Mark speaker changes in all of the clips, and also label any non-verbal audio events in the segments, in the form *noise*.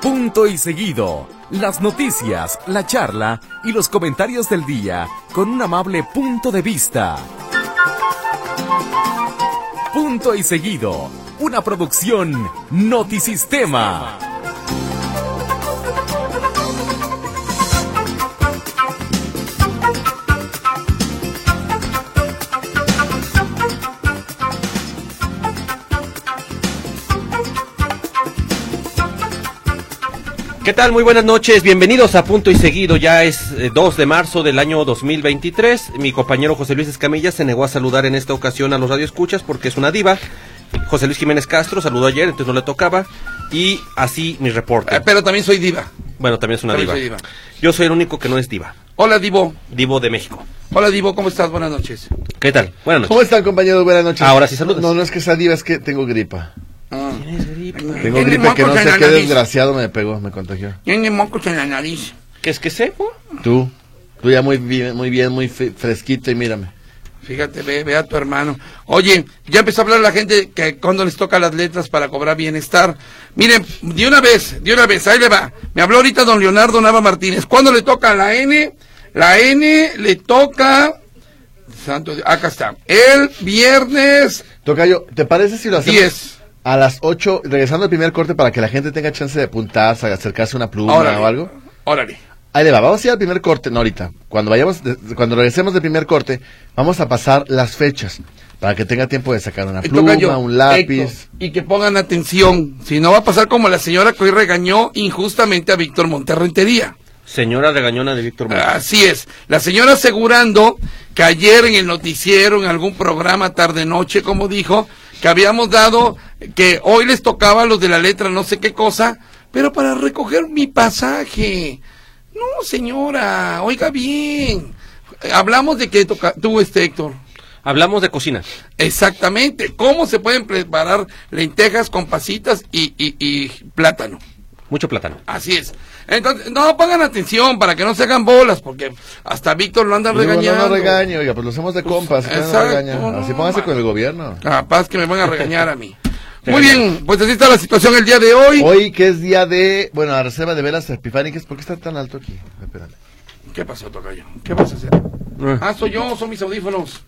Speaker 1: Punto y seguido. Las noticias, la charla y los comentarios del día con un amable punto de vista. Punto y seguido. Una producción Notisistema.
Speaker 2: ¿Qué tal? Muy buenas noches, bienvenidos a Punto y Seguido. Ya es eh, 2 de marzo del año 2023. Mi compañero José Luis Escamilla se negó a saludar en esta ocasión a los radioescuchas porque es una diva. José Luis Jiménez Castro saludó ayer, entonces no le tocaba. Y así mi reporte.
Speaker 3: Eh, pero también soy diva.
Speaker 2: bueno, también es una
Speaker 3: pero
Speaker 2: diva.
Speaker 3: soy diva.
Speaker 2: Yo soy el único que no es diva.
Speaker 3: Hola, Divo.
Speaker 2: Divo de México.
Speaker 3: Hola, Divo, ¿cómo estás? Buenas noches.
Speaker 2: ¿Qué tal? Buenas noches.
Speaker 4: ¿Cómo están, compañeros? Buenas noches.
Speaker 2: Ahora sí saludas.
Speaker 4: No, no es que sea diva, es que tengo gripa.
Speaker 3: Ah.
Speaker 4: Tengo
Speaker 3: Tiene
Speaker 4: gripa que no
Speaker 3: mocos en
Speaker 4: sé
Speaker 3: la
Speaker 4: qué
Speaker 3: nariz.
Speaker 4: desgraciado me pegó, me contagió.
Speaker 3: Tiene mocos en la nariz.
Speaker 2: ¿Qué es que sé?
Speaker 4: Tú, tú ya muy bien, muy bien, muy fe- fresquito y mírame.
Speaker 3: Fíjate, ve, ve a tu hermano. Oye, ya empezó a hablar la gente que cuando les toca las letras para cobrar bienestar. Miren, de una vez, de una vez, ahí le va. Me habló ahorita don Leonardo Nava Martínez. ¿Cuándo le toca la N? La N le toca... Santo, Dios, acá está. El viernes
Speaker 4: Tocayo, ¿te parece si lo hacemos?
Speaker 3: 10.
Speaker 4: A las 8, regresando al primer corte para que la gente tenga chance de apuntar, acercarse a una pluma
Speaker 3: Órale.
Speaker 4: o algo.
Speaker 3: Órale.
Speaker 4: Ahí le va, vamos a ir al primer corte, no ahorita. Cuando vayamos, de- cuando regresemos del primer corte, vamos a pasar las fechas para que tenga tiempo de sacar una
Speaker 3: Y toca
Speaker 4: pluma,
Speaker 3: yo.
Speaker 4: un lápiz.
Speaker 3: Héctor, y que pongan atención. Si no va a pasar como la señora que hoy regañó injustamente a Víctor Monterrentería.
Speaker 2: Señora regañona de Víctor Montt.
Speaker 3: Así es. La señora asegurando que ayer en el noticiero, en algún programa tarde-noche, como dijo, que habíamos dado que hoy les tocaba a los de la letra no sé qué cosa, pero para recoger mi pasaje. No, señora, oiga bien. Eh, Hablamos de que toca tú, este Héctor.
Speaker 2: Hablamos de cocina.
Speaker 3: Exactamente. ¿Cómo se pueden preparar lentejas con pasitas y, y- y plátano?
Speaker 2: Mucho plátano.
Speaker 3: Así es. Entonces, no pongan atención para que no se hagan bolas, porque hasta a Víctor lo andan
Speaker 4: Yo digo,
Speaker 3: regañando.
Speaker 4: No, no regañe, oiga, pues lo hacemos de compas.
Speaker 3: Exacto,
Speaker 4: claro, no regaña.
Speaker 3: no,
Speaker 4: Así póngase
Speaker 3: man.
Speaker 4: con el gobierno.
Speaker 3: Capaz que me van a regañar a
Speaker 4: *laughs*
Speaker 3: mí.
Speaker 2: Te
Speaker 3: Muy
Speaker 2: regañan.
Speaker 3: bien, pues así está la situación el día de hoy.
Speaker 4: Hoy que es día de, bueno, la reserva de velas epifánicas, ¿por qué está tan alto aquí? Espérame.
Speaker 3: ¿Qué pasó, Tocayo? ¿Qué vas a hacer?
Speaker 2: Eh.
Speaker 3: Ah, soy yo, son mis audífonos.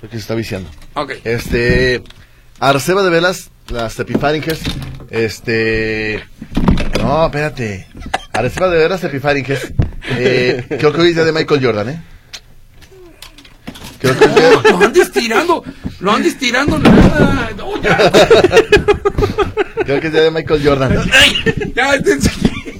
Speaker 4: Porque se está viciando.
Speaker 3: Ok.
Speaker 4: Este, Arceba de Velas, las Epifáringes, este, no, espérate, Arceba de Velas, Epifáringes, eh, creo que hoy es día de Michael Jordan, ¿eh? Creo que hoy es día-
Speaker 3: No, no andes tirando, no andes tirando nada. No,
Speaker 4: *laughs*
Speaker 3: ya.
Speaker 4: creo que es día de Michael Jordan.
Speaker 3: Ay, ya, esténse quietos.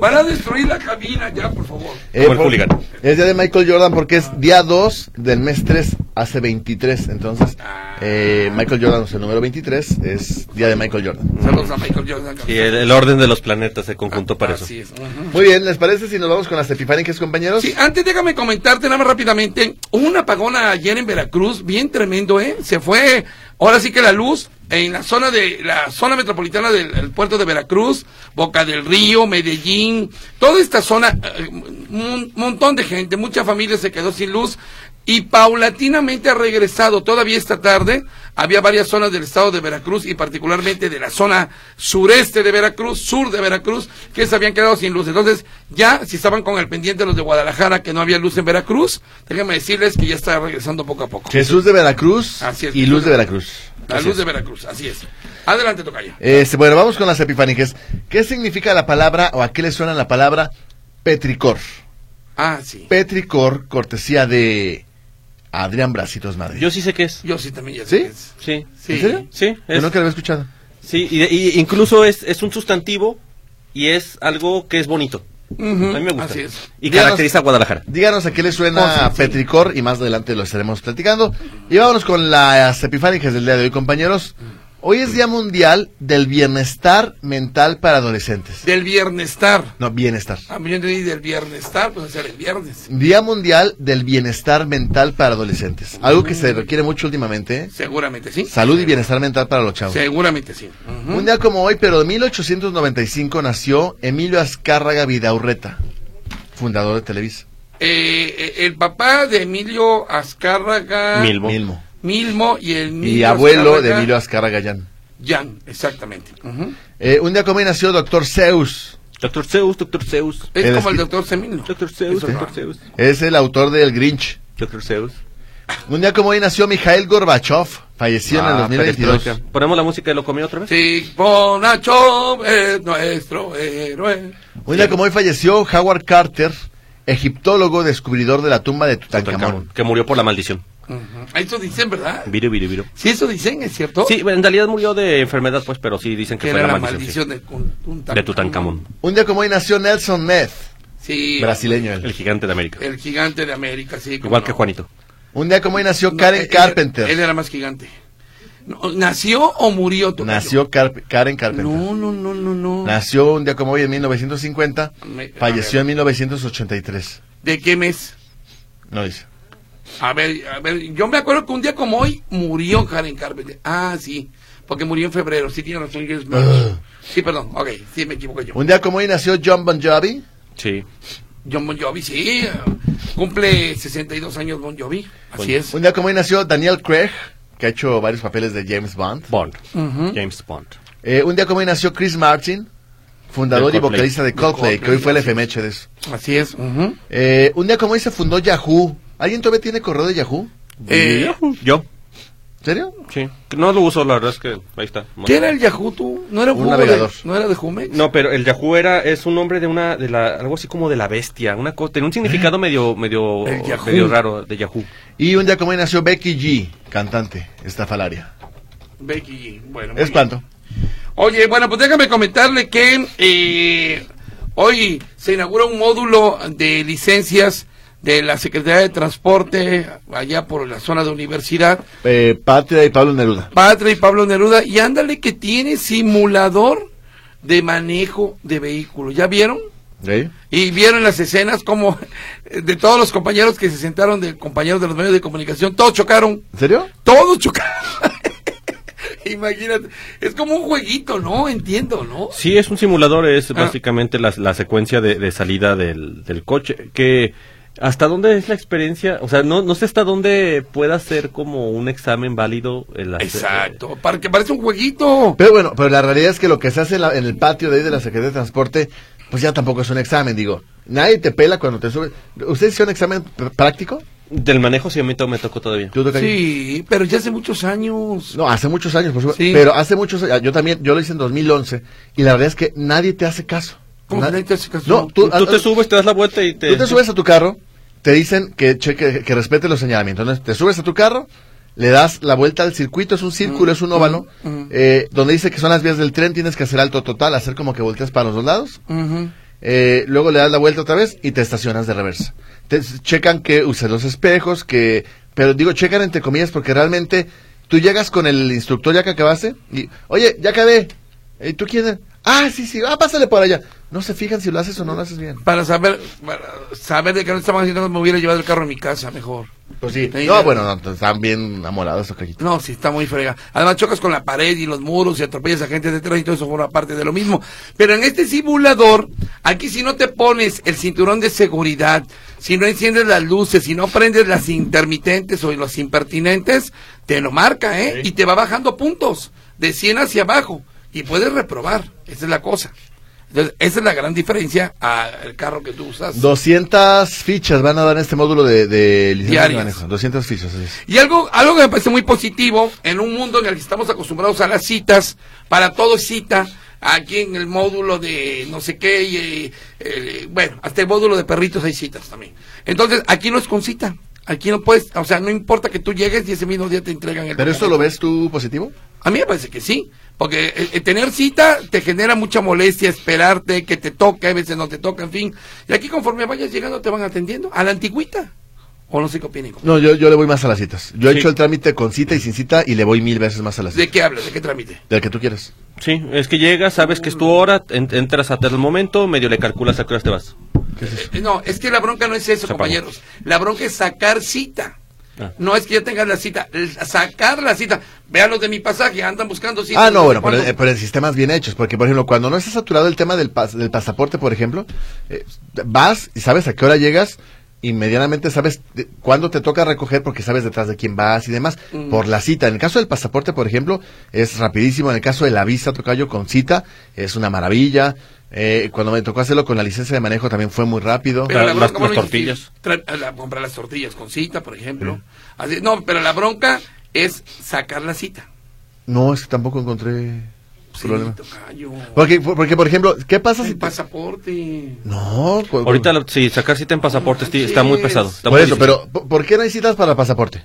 Speaker 3: Van a destruir la cabina, ya, por favor.
Speaker 4: Eh,
Speaker 2: Como el
Speaker 4: por-
Speaker 2: hooligan.
Speaker 4: Es día de Michael Jordan porque es día 2 del mes 3, hace 23. Entonces, eh, Michael Jordan es el número 23, es día de Michael Jordan.
Speaker 3: Saludos a Michael Jordan.
Speaker 2: Y el, el orden de los planetas se conjuntó para eso.
Speaker 3: Ah, Así es. ujú.
Speaker 4: Muy bien, ¿les parece si nos vamos con las epifánicas, compañeros?
Speaker 3: Sí, antes déjame comentarte nada más rápidamente. Hubo un apagón ayer en Veracruz, bien tremendo, ¿eh? Se fue, ahora sí que la luz en la zona de la zona metropolitana del el puerto de Veracruz, Boca del Río, Medellín, toda esta zona, eh, un montón de gente, mucha familia se quedó sin luz y paulatinamente ha regresado todavía esta tarde. Había varias zonas del estado de Veracruz y particularmente de la zona sureste de Veracruz, sur de Veracruz, que se habían quedado sin luz. Entonces, ya si estaban con el pendiente los de Guadalajara que no había luz en Veracruz, déjenme decirles que ya está regresando poco a poco.
Speaker 4: Jesús de Veracruz
Speaker 3: Así es,
Speaker 4: y
Speaker 3: Jesús
Speaker 4: Luz de
Speaker 3: de-
Speaker 4: Veracruz.
Speaker 3: La luz de Veracruz, así es. Adelante, Tocayo.
Speaker 4: Este, bueno, vamos con las epifánicas. ¿Qué significa la palabra o a qué le suena la palabra petricor?
Speaker 3: Ah, sí.
Speaker 4: Petricor, cortesía de Adrián Bracitos Madrid.
Speaker 2: Yo sí sé qué es.
Speaker 3: Yo sí también ya sé
Speaker 4: ¿Sí?
Speaker 3: que es.
Speaker 2: Sí.
Speaker 3: Sí.
Speaker 4: ¿En serio?
Speaker 2: Sí,
Speaker 4: Yo
Speaker 2: es-
Speaker 4: nunca lo había escuchado.
Speaker 2: Sí, y, y incluso es, es un sustantivo y es algo que es bonito.
Speaker 3: Ujú,
Speaker 2: A mí me gusta.
Speaker 3: Así es.
Speaker 2: Y caracteriza a Guadalajara.
Speaker 4: Díganos a qué le suena
Speaker 3: Oh, sí, sí.
Speaker 4: Petricor y más adelante lo estaremos platicando. Y vámonos con las epifánicas del día de hoy, compañeros. Hoy es Día Mundial del Bienestar Mental para Adolescentes.
Speaker 3: Del viernestar.
Speaker 4: No, bienestar.
Speaker 3: Ah, yo entendí del viernestar, pues hacer el viernes.
Speaker 4: Día Mundial del Bienestar Mental para Adolescentes. Algo que se requiere mucho últimamente. ¿eh?
Speaker 3: Seguramente sí.
Speaker 4: Salud y bienestar mental para los chavos.
Speaker 3: Seguramente sí. Ujú.
Speaker 4: Un día como hoy, pero de 1895 nació Emilio Azcárraga Vidaurreta, fundador de Televisa.
Speaker 3: Eh, eh, el papá de Emilio Azcárraga
Speaker 2: Milmo.
Speaker 4: Milmo.
Speaker 3: Milmo y el
Speaker 4: Y
Speaker 3: Emilio
Speaker 4: abuelo de
Speaker 3: Azcárraga
Speaker 4: Emilio Azcárraga Gallán.
Speaker 3: Jan, exactamente. Ujú.
Speaker 4: Eh, un día como hoy nació Doctor Zeus.
Speaker 2: Doctor Zeus, Doctor Zeus.
Speaker 3: Es
Speaker 4: El
Speaker 3: como el
Speaker 4: esqui-
Speaker 3: doctor Semino.
Speaker 2: Doctor Zeus,
Speaker 3: Eso no.
Speaker 2: Doctor Zeus.
Speaker 4: Es el autor del Grinch.
Speaker 2: Doctor Zeus.
Speaker 4: Un día como hoy nació Mikhail Gorbachev. Falleció en el
Speaker 2: Ah,
Speaker 4: 2022.
Speaker 2: perestroika. Ponemos la música de lo comió otra vez.
Speaker 3: Sí, Bonachov es nuestro héroe.
Speaker 4: Un día como hoy falleció Howard Carter, egiptólogo descubridor de la tumba de Tutankamón.
Speaker 2: Que murió por la maldición.
Speaker 3: Ujú. Eso dicen, ¿verdad?
Speaker 2: Viro, viro, viro.
Speaker 3: Sí, eso dicen, ¿es cierto?
Speaker 2: Sí, en realidad murió de enfermedad, pues, pero sí dicen que,
Speaker 3: que
Speaker 2: fue
Speaker 3: era
Speaker 2: la
Speaker 3: la
Speaker 2: maldición.
Speaker 3: maldición de, Tutankamón.
Speaker 2: sí. De Tutankamón,
Speaker 4: Un día como hoy nació Nelson Meth,
Speaker 3: Sí,
Speaker 4: brasileño
Speaker 2: el
Speaker 4: él.
Speaker 2: gigante de América.
Speaker 3: el gigante de América, sí. cómo
Speaker 2: Igual
Speaker 3: no.
Speaker 2: que Juanito.
Speaker 4: Un día como hoy nació
Speaker 3: No,
Speaker 4: Karen
Speaker 3: él-
Speaker 4: Carpenter.
Speaker 3: Él, era más gigante. No, ¿Nació o murió? Tocayo?
Speaker 4: nació Car- Karen Carpenter.
Speaker 3: No, no, no, no, no.
Speaker 4: Nació un día como hoy en 1950,
Speaker 3: Me- a
Speaker 4: falleció en 1983.
Speaker 3: ¿De qué mes?
Speaker 4: No dice.
Speaker 3: A ver, a ver, yo me acuerdo que un día como hoy murió Karen Carpenter. Ah, sí, porque murió en febrero. Sí, tiene razón. yo es- Sí, perdón, ok, sí, me equivoco yo.
Speaker 4: Un día como hoy nació John Bon Jovi.
Speaker 2: Sí.
Speaker 3: John Bon Jovi, sí, cumple 62 años Bon Jovi, así es.
Speaker 4: Un día como hoy nació Daniel Craig, que ha hecho varios papeles de James Bond.
Speaker 2: Bond.
Speaker 3: Ujú.
Speaker 2: James Bond.
Speaker 4: Eh, un día como hoy nació Chris Martin, fundador
Speaker 2: De
Speaker 4: y
Speaker 2: Coldplay.
Speaker 4: vocalista de
Speaker 3: De
Speaker 4: Coldplay, que hoy fue
Speaker 3: Coldplay,
Speaker 4: el efemeche de eso.
Speaker 3: Así es. ujú.
Speaker 4: Eh, un día como hoy se fundó Yahoo. ¿Alguien todavía tiene correo de Yahoo?
Speaker 3: Eh,
Speaker 2: Yo.
Speaker 4: ¿En serio?
Speaker 2: Sí. No lo uso, la verdad es que ahí está.
Speaker 3: ¿Qué era el Yahoo tú? ¿No era
Speaker 4: Un
Speaker 3: Hugo de-
Speaker 4: navegador.
Speaker 3: ¿No era de Jumex?
Speaker 2: No, pero el Yahoo era es un nombre de una de la algo así como de la bestia, una cosa, tenía un significado medio medio
Speaker 3: El Yahoo.
Speaker 2: medio raro de ¿Eh? Yahoo.
Speaker 4: Y un día como hoy nació Becky G, cantante estafalaria.
Speaker 3: Becky, G, bueno. muy
Speaker 4: Es cuanto.
Speaker 3: bien. Oye, bueno, pues déjame comentarle que eh, hoy se inaugura un módulo de licencias de la Secretaría de Transporte allá por la zona de universidad.
Speaker 4: Eh, Patria y Pablo Neruda.
Speaker 3: Patria y Pablo Neruda. Y ándale que tiene simulador de manejo de vehículos. ¿Ya vieron?
Speaker 4: ¿Eh?
Speaker 3: Y vieron las escenas como *laughs* eh, de todos los compañeros que se sentaron, de compañeros de los medios de comunicación, todos chocaron.
Speaker 4: ¿En serio?
Speaker 3: Todos chocaron. *laughs* Imagínate. Es como un jueguito, ¿no? Entiendo, ¿no?
Speaker 2: Sí, es un simulador, es
Speaker 3: Ah.
Speaker 2: básicamente la, la secuencia de, de salida del, del coche. Que hasta dónde es la experiencia, o sea, no, no sé hasta dónde pueda ser como un examen válido. el hacer-
Speaker 3: Exacto. Para que parece un jueguito.
Speaker 4: Pero bueno, pero la realidad es que lo que se hace en, la- en el patio de ahí de la Secretaría de Transporte, pues ya tampoco es un examen, digo. Nadie te pela cuando te sube. ¿Ustedes hicieron examen pr- práctico?
Speaker 2: eh, Del manejo sí a mí to- me tocó todavía.
Speaker 4: ¿Tú, Tocayo?
Speaker 3: Sí, pero ya hace muchos años.
Speaker 4: No, hace muchos años, por supuesto.
Speaker 3: Sí.
Speaker 4: Pero hace muchos años, yo también, yo lo hice en 2011, y la verdad es que nadie te hace caso.
Speaker 3: ¿Cómo que
Speaker 4: Nadie-
Speaker 3: nadie te hace caso?
Speaker 4: No, tú,
Speaker 2: Tú, tú te subes, te das la vuelta y te...
Speaker 4: Tú te subes a tu carro, te dicen que, cheque, que respete los señalamientos. Entonces, te subes a tu carro, le das la vuelta al circuito, es un círculo,
Speaker 3: Mm,
Speaker 4: es un óvalo,
Speaker 3: mm, mm.
Speaker 4: eh, donde dice que son las vías del tren, tienes que hacer alto total, hacer como que volteas para los dos lados.
Speaker 3: Ujú.
Speaker 4: Eh, luego le das la vuelta otra vez y te estacionas de reversa. Te checan que uses los espejos, que... Pero digo, checan entre comillas porque realmente tú llegas con el instructor ya que acabaste y... Oye, ya acabé. Eh, ¿Y tú quién eres? Ah, sí, sí. Ah, pásale por allá. No se fijan si lo haces o no lo haces bien.
Speaker 3: Para saber, para saber de qué no estaban haciendo, me hubiera llevado el carro a mi casa mejor.
Speaker 4: Pues sí.
Speaker 3: Sí,
Speaker 4: No,
Speaker 3: ya.
Speaker 4: bueno, no, t- están bien amolados esos callitos.
Speaker 3: No, sí, está muy frega. Además, chocas con la pared y los muros y atropellas a gente de tránsito, eso forma parte de lo mismo. Pero en este simulador, aquí si no te pones el cinturón de seguridad, si no enciendes las luces, si no prendes las intermitentes o los impertinentes, te lo marca, ¿eh? Y te va bajando puntos, de 100 hacia abajo, y puedes reprobar. Esa es la cosa. Entonces, esa es la gran diferencia al carro que tú usas.
Speaker 4: 200 fichas van a dar en este módulo de, de licencia de
Speaker 3: Diarias.
Speaker 4: manejo. 200 fichas. así es.
Speaker 3: Y algo, algo que me parece muy positivo en un mundo en el que estamos acostumbrados a las citas, para todo es cita, aquí en el módulo de no sé qué, y, eh, eh, bueno, hasta el módulo de perritos hay citas también. Entonces, aquí no es con cita, aquí no puedes, o sea, no importa que tú llegues y ese mismo día te entregan el...
Speaker 4: Pero esto lo
Speaker 3: documento.
Speaker 4: ves tú positivo.
Speaker 3: A mí me parece que sí, porque eh, eh, tener cita te genera mucha molestia, esperarte, que te toque, a veces no te toca, en fin. Y aquí conforme vayas llegando te van atendiendo, a la antigüita. O no sé qué opinen.
Speaker 4: No, yo, yo le voy más a las citas. Yo he
Speaker 2: Sí.
Speaker 4: hecho el trámite con cita y sin cita y le voy mil veces más a las citas.
Speaker 3: ¿De qué hablas? ¿De qué trámite?
Speaker 4: Del que tú quieras.
Speaker 2: Sí, es que llegas, sabes que es tu hora, en- entras hasta el momento, medio le calculas a qué horas te vas.
Speaker 3: Eh, No, es que la bronca no es eso,
Speaker 2: Se apagó.
Speaker 3: compañeros. La bronca es sacar cita.
Speaker 2: Ah.
Speaker 3: No es que ya tengas la cita, el- sacar la cita. Vean los de mi pasaje, andan buscando cita.
Speaker 4: Ah, no, bueno, pero,
Speaker 3: ¿Cuándo?
Speaker 4: eh, pero en sistemas bien hechos, porque por ejemplo, cuando no está saturado el tema del, pas- del pasaporte, por ejemplo, eh, vas y sabes a qué hora llegas, y medianamente sabes de- cuándo te toca recoger porque sabes detrás de quién vas y demás,
Speaker 3: Mm.
Speaker 4: por la cita. En el caso del pasaporte, por ejemplo, es rapidísimo. En el caso de la visa, tocayo con cita, es una maravilla. Eh, cuando me tocó hacerlo con la licencia de manejo también fue muy rápido.
Speaker 3: Pero la
Speaker 2: Las-
Speaker 3: bronca,
Speaker 2: las
Speaker 3: bueno,
Speaker 2: tortillas.
Speaker 3: tra- la- comprar las tortillas con cita, por ejemplo. Así, no, pero la bronca es sacar la cita.
Speaker 4: No, es que tampoco encontré
Speaker 3: Sí,
Speaker 4: problema.
Speaker 3: tocayo.
Speaker 4: Porque, porque, por ejemplo, ¿qué pasa si...
Speaker 3: El pasaporte.
Speaker 4: No, pues, cu-
Speaker 2: Ahorita, la- sí, sacar cita en pasaporte sí, está muy pesado. está
Speaker 4: Por
Speaker 2: muy
Speaker 4: eso,
Speaker 2: difícil.
Speaker 4: pero ¿por por qué no hay citas para pasaporte?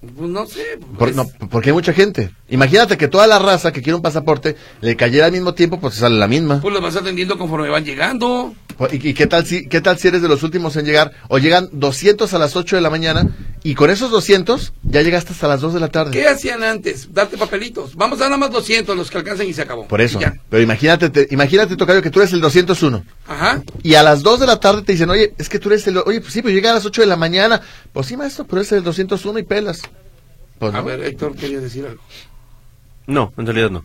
Speaker 3: Pues no sé.
Speaker 4: Por-
Speaker 3: pues,
Speaker 4: no, porque hay mucha gente. Imagínate que toda la raza que quiere un pasaporte le cayera al mismo tiempo, pues sale la misma.
Speaker 3: Pues los vas atendiendo conforme van llegando.
Speaker 4: Pues, ¿Y, y qué tal si qué tal si eres de los últimos en llegar? O llegan 200 a las 8 de la mañana y con esos 200 ya llegaste hasta las 2 de la tarde.
Speaker 3: ¿Qué hacían antes? Darte papelitos. Vamos a nada más 200, los que alcancen y se acabó.
Speaker 4: Por eso.
Speaker 3: Y ya.
Speaker 4: Pero imagínate, te- imagínate, Tocayo, que tú eres el 201.
Speaker 3: Ajá.
Speaker 4: Y a las 2 de la tarde te dicen, oye, es que tú eres el... Oye, pues sí, pero llega a las 8 de la mañana. Pues sí, maestro, pero es el 201 y pelas. Pues
Speaker 3: A
Speaker 4: no.
Speaker 3: ver, Héctor, quería decir algo.
Speaker 2: No, en realidad no.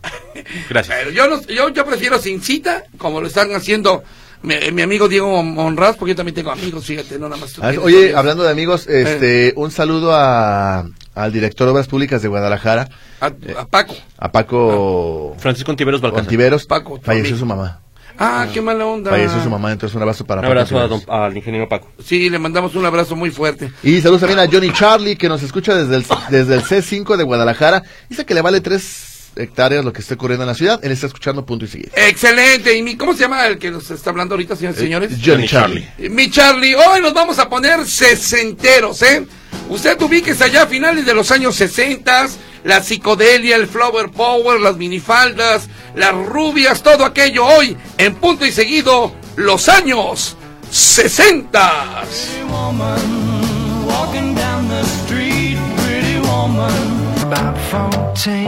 Speaker 2: Gracias.
Speaker 3: Pero yo, no- yo, yo prefiero sin cita, como lo están haciendo mi, mi amigo Diego Monraz, porque yo también tengo amigos, fíjate, no nada más tú
Speaker 4: Ah,
Speaker 3: tienes
Speaker 4: Oye,
Speaker 3: amigos.
Speaker 4: hablando de amigos,
Speaker 3: Eh.
Speaker 4: este, un saludo a, al director de Obras Públicas de Guadalajara,
Speaker 3: A, a Paco.
Speaker 4: a Paco
Speaker 2: Francisco Antiveros Balcázar.
Speaker 4: Contiveros.
Speaker 3: Ah. Paco, tu
Speaker 4: falleció
Speaker 3: amigo.
Speaker 4: su mamá.
Speaker 3: Ah, qué mala onda.
Speaker 4: Falleció su mamá, entonces un abrazo para
Speaker 2: Un
Speaker 4: Paco
Speaker 2: abrazo a
Speaker 4: Contiveros.
Speaker 2: don- al ingeniero Paco.
Speaker 3: Sí, le mandamos un abrazo muy fuerte.
Speaker 4: Y saludos también a Johnny Charlie, que nos escucha desde el, desde el C5 de Guadalajara. Dice que le vale tres hectáreas lo que está ocurriendo en la ciudad. Él está escuchando punto y seguido.
Speaker 3: Excelente. ¿Y mi, cómo se llama el que nos está hablando ahorita, señores? señores?
Speaker 4: Johnny Charlie.
Speaker 3: Eh, Mi Charlie, hoy nos vamos a poner sesenteros, ¿eh? Usted ubíquese allá a finales de los años sesentas, la psicodelia, el flower power, las minifaldas, las rubias, todo aquello hoy, en punto y seguido, los años sesentas.
Speaker 5: Pretty woman walking down the street. Pretty woman, about 14.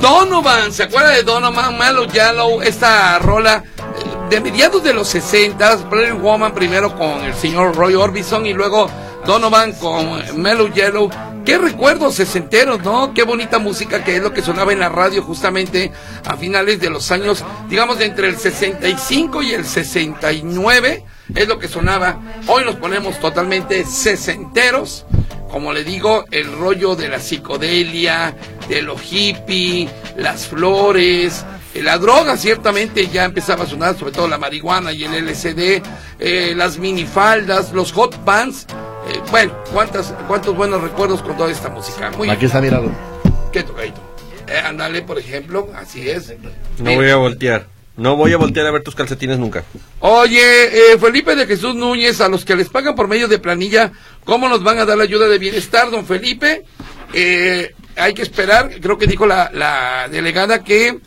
Speaker 3: Donovan, ¿se acuerda de Donovan? Malo Yellow, esta rola eh, de mediados de los 60, Pretty Woman primero con el señor Roy Orbison y luego Donovan con Mellow Yellow. Qué recuerdos sesenteros, ¿no? Qué bonita música que es lo que sonaba en la radio justamente a finales de los años, digamos de entre el 65 y el 69 es lo que sonaba. Hoy nos ponemos totalmente sesenteros como le digo, el rollo de la psicodelia, de lo hippie, las flores, eh, la droga ciertamente ya empezaba a sonar, sobre todo la marihuana y el LSD, eh, las minifaldas, los hot pants. eh, bueno, ¿cuántas, cuántos buenos recuerdos con toda esta música. Muy
Speaker 4: Aquí está, mira.
Speaker 3: ¿Qué tocadito? Eh, andale, por ejemplo, así es.
Speaker 2: No voy a voltear. No voy a voltear a ver tus calcetines nunca.
Speaker 3: Oye, eh, Felipe de Jesús Núñez, a los que les pagan por medio de planilla, ¿cómo nos van a dar la ayuda de bienestar, don Felipe? Eh, hay que esperar, creo que dijo la, la delegada que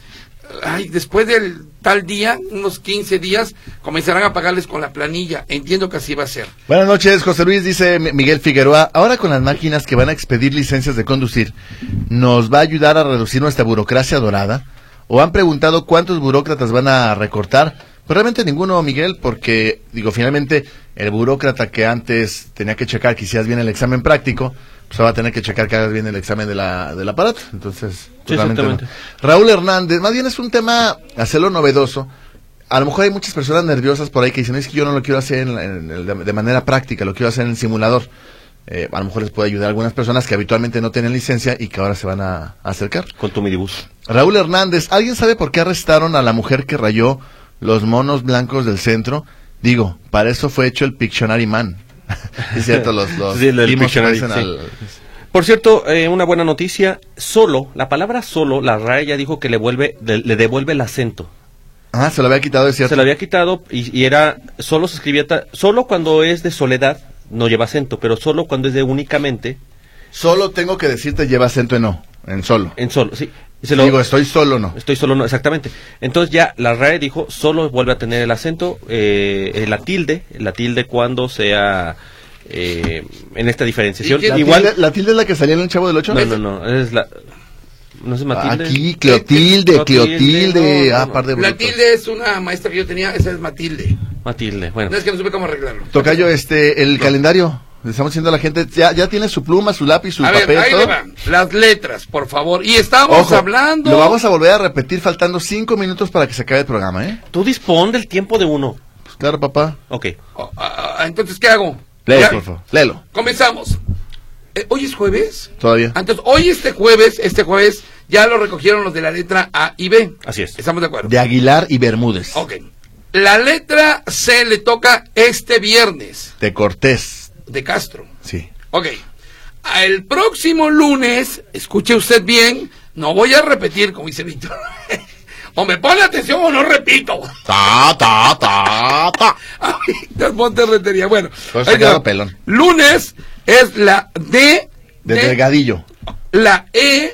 Speaker 3: ay, después del tal día, unos 15 días, comenzarán a pagarles con la planilla. Entiendo que así va a ser.
Speaker 4: Buenas noches, José Luis, dice M- Miguel Figueroa. Ahora con las máquinas que van a expedir licencias de conducir, ¿nos va a ayudar a reducir nuestra burocracia dorada? ¿O han preguntado cuántos burócratas van a recortar? Pues realmente ninguno, Miguel, porque, digo, finalmente el burócrata que antes tenía que checar que hicieras bien el examen práctico, pues ahora va a tener que checar que hagas bien el examen de la, del aparato. Entonces,
Speaker 2: Sí,
Speaker 4: totalmente no.
Speaker 2: exactamente.
Speaker 4: Raúl Hernández, más bien es un tema, hacerlo novedoso. A lo mejor hay muchas personas nerviosas por ahí que dicen, es que yo no lo quiero hacer en la- en el- de manera práctica, lo quiero hacer en el simulador. Eh, a lo mejor les puede ayudar a algunas personas que habitualmente no tienen licencia y que ahora se van a, a acercar.
Speaker 2: Con tu midibus.
Speaker 4: Raúl Hernández, ¿alguien sabe por qué arrestaron a la mujer que rayó los monos blancos del centro? Digo, para eso fue hecho el Pictionary Man. *laughs* es cierto, los, los
Speaker 2: Sí, el del
Speaker 4: timos que
Speaker 2: Pictionary,
Speaker 4: parecen
Speaker 2: sí. Por cierto, eh, una buena noticia. Solo, la palabra solo, la RAE ya dijo que le, vuelve, le, le devuelve el acento.
Speaker 4: Ah, se lo había quitado, es cierto.
Speaker 2: Se lo había quitado y, y era. Solo se escribía. ta- Solo cuando es de soledad no lleva acento, pero solo cuando es de únicamente
Speaker 4: Solo tengo que decirte, lleva acento en no, en solo.
Speaker 2: en solo. Sí. Se lo-
Speaker 4: Digo, estoy solo, no.
Speaker 2: Estoy solo, no, exactamente. Entonces ya la RAE dijo, solo vuelve a tener el acento, eh, la tilde, la tilde cuando sea eh, en esta diferenciación.
Speaker 3: ¿Y qué
Speaker 4: ¿La,
Speaker 2: Igual,
Speaker 4: tilde, ¿La tilde es la que salía en el Chavo del Ocho?
Speaker 2: no, no, no, es la, no es Matilde.
Speaker 4: Ah, Aquí, Cleotilde,
Speaker 2: Clotilde,
Speaker 4: Cleotilde.
Speaker 2: no, no,
Speaker 4: ah,
Speaker 2: no.
Speaker 4: par de
Speaker 3: La
Speaker 4: brutos.
Speaker 3: tilde es una maestra que yo tenía, esa es Matilde.
Speaker 2: Matilde, bueno.
Speaker 3: No es que no supe cómo arreglarlo.
Speaker 4: Tocayo, este, el calendario. Le estamos diciendo a la gente, ya, ya tiene su pluma, su lápiz, su
Speaker 3: A
Speaker 4: papel,
Speaker 3: ver, ahí
Speaker 4: todo.
Speaker 3: le va. Las letras, por favor. Y estamos
Speaker 4: Ojo,
Speaker 3: hablando.
Speaker 4: Lo vamos a volver a repetir faltando cinco minutos para que se acabe el programa, ¿eh?
Speaker 2: Tú dispón del tiempo de uno.
Speaker 4: Pues claro, papá.
Speaker 2: Ok.
Speaker 3: Oh, ah, ah, Ah, Entonces, ¿qué hago?
Speaker 4: Léelo,
Speaker 3: Ya.
Speaker 4: por favor. Léelo.
Speaker 3: Comenzamos. Eh, ¿Hoy es jueves?
Speaker 4: Todavía.
Speaker 3: Ah, Entonces, hoy este jueves, este jueves, ya lo recogieron los de la letra A y B.
Speaker 2: Así es.
Speaker 3: ¿Estamos de acuerdo?
Speaker 4: De Aguilar y Bermúdez.
Speaker 3: Ok. La letra C le toca este viernes
Speaker 4: De Cortés.
Speaker 3: de Castro.
Speaker 4: Sí.
Speaker 3: Ok. El próximo lunes, escuche usted bien, no voy a repetir, como dice Víctor. *laughs* o me pone atención o no repito. *laughs*
Speaker 4: Ta, ta, ta, ta.
Speaker 3: A Víctor Montes Rentería. Bueno,
Speaker 4: Pues
Speaker 3: ahí te va.
Speaker 4: sacado pelón.
Speaker 3: lunes es la D
Speaker 4: De
Speaker 3: de-
Speaker 4: Delgadillo.
Speaker 3: la E.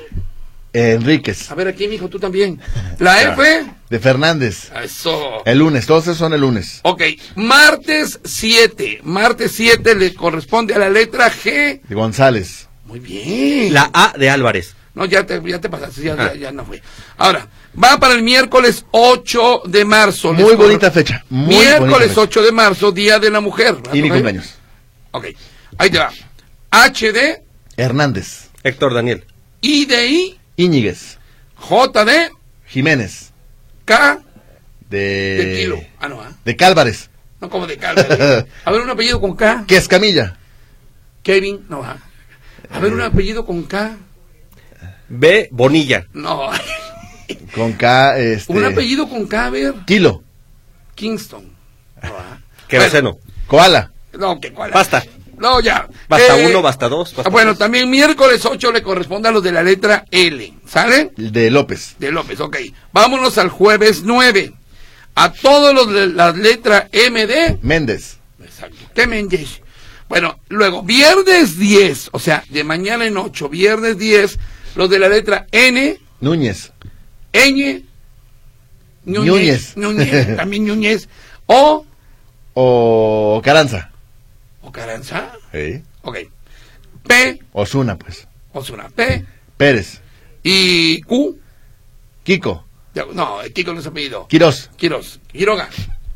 Speaker 4: Enríquez.
Speaker 3: A ver aquí, mijo, tú
Speaker 4: *laughs*
Speaker 3: también. La F.
Speaker 4: De Fernández.
Speaker 3: Eso.
Speaker 4: El lunes. Todos esos son el lunes.
Speaker 3: Ok, martes 7. Martes 7 le corresponde a la letra G.
Speaker 4: De González.
Speaker 3: Muy bien.
Speaker 2: La A de Álvarez.
Speaker 3: No, ya te, ya te pasaste, ya,
Speaker 4: Ah.
Speaker 3: ya- ya no fue. Ahora, va para el miércoles 8 de marzo. Les
Speaker 4: Muy
Speaker 3: corre-
Speaker 4: bonita fecha. Muy bonita
Speaker 3: miércoles
Speaker 4: fecha.
Speaker 3: 8 de marzo, Día de la Mujer. ¿verdad?
Speaker 4: Y mi
Speaker 3: Ok.
Speaker 4: cumpleaños.
Speaker 3: Ok, ahí te va. HD,
Speaker 4: Hernández.
Speaker 2: Héctor Daniel.
Speaker 3: IDI,
Speaker 4: Íñiguez.
Speaker 3: JD,
Speaker 4: Jiménez.
Speaker 3: K,
Speaker 4: De.
Speaker 3: de Kilo. Ah, no, ah.
Speaker 4: De Cálvarez.
Speaker 3: no como de
Speaker 4: *laughs*
Speaker 3: Calvary. A ver, un apellido con K.
Speaker 4: Que Escamilla.
Speaker 3: Kevin, no va. A ver, un
Speaker 2: Eh.
Speaker 3: apellido con K.
Speaker 2: B. Bonilla. *laughs*
Speaker 3: No.
Speaker 4: Con K. Este,
Speaker 3: Un apellido con K, a ver.
Speaker 4: Kilo.
Speaker 3: Kingston. No va.
Speaker 2: Queroseno.
Speaker 4: Koala.
Speaker 3: No, que cuál.
Speaker 2: Basta.
Speaker 3: No, ya.
Speaker 2: Basta
Speaker 3: Eh,
Speaker 2: uno, basta dos.
Speaker 3: Ah,
Speaker 2: Basta
Speaker 3: Bueno, también miércoles 8 le corresponde a los de la letra L. ¿Sale?
Speaker 4: De López.
Speaker 3: De López, ok. Vámonos al jueves 9. A todos los de la letra MD.
Speaker 4: Méndez.
Speaker 3: Exacto. ¿Qué menges? Bueno, luego, viernes 10, o sea, de mañana en 8, viernes 10, los de la letra N,
Speaker 4: Núñez.
Speaker 3: Ñ, Núñez,
Speaker 2: *laughs*
Speaker 4: Núñez.
Speaker 3: Núñez, también Núñez, O,
Speaker 4: O Caranza.
Speaker 3: o Caranza,
Speaker 4: Sí.
Speaker 3: ok, P,
Speaker 4: Osuna, pues.
Speaker 3: Osuna, P,
Speaker 4: Pérez.
Speaker 3: y Q,
Speaker 4: Kiko.
Speaker 3: Ya, No, Kiko no es apellido.
Speaker 4: Quirós.
Speaker 3: Quiroz, Quiroga,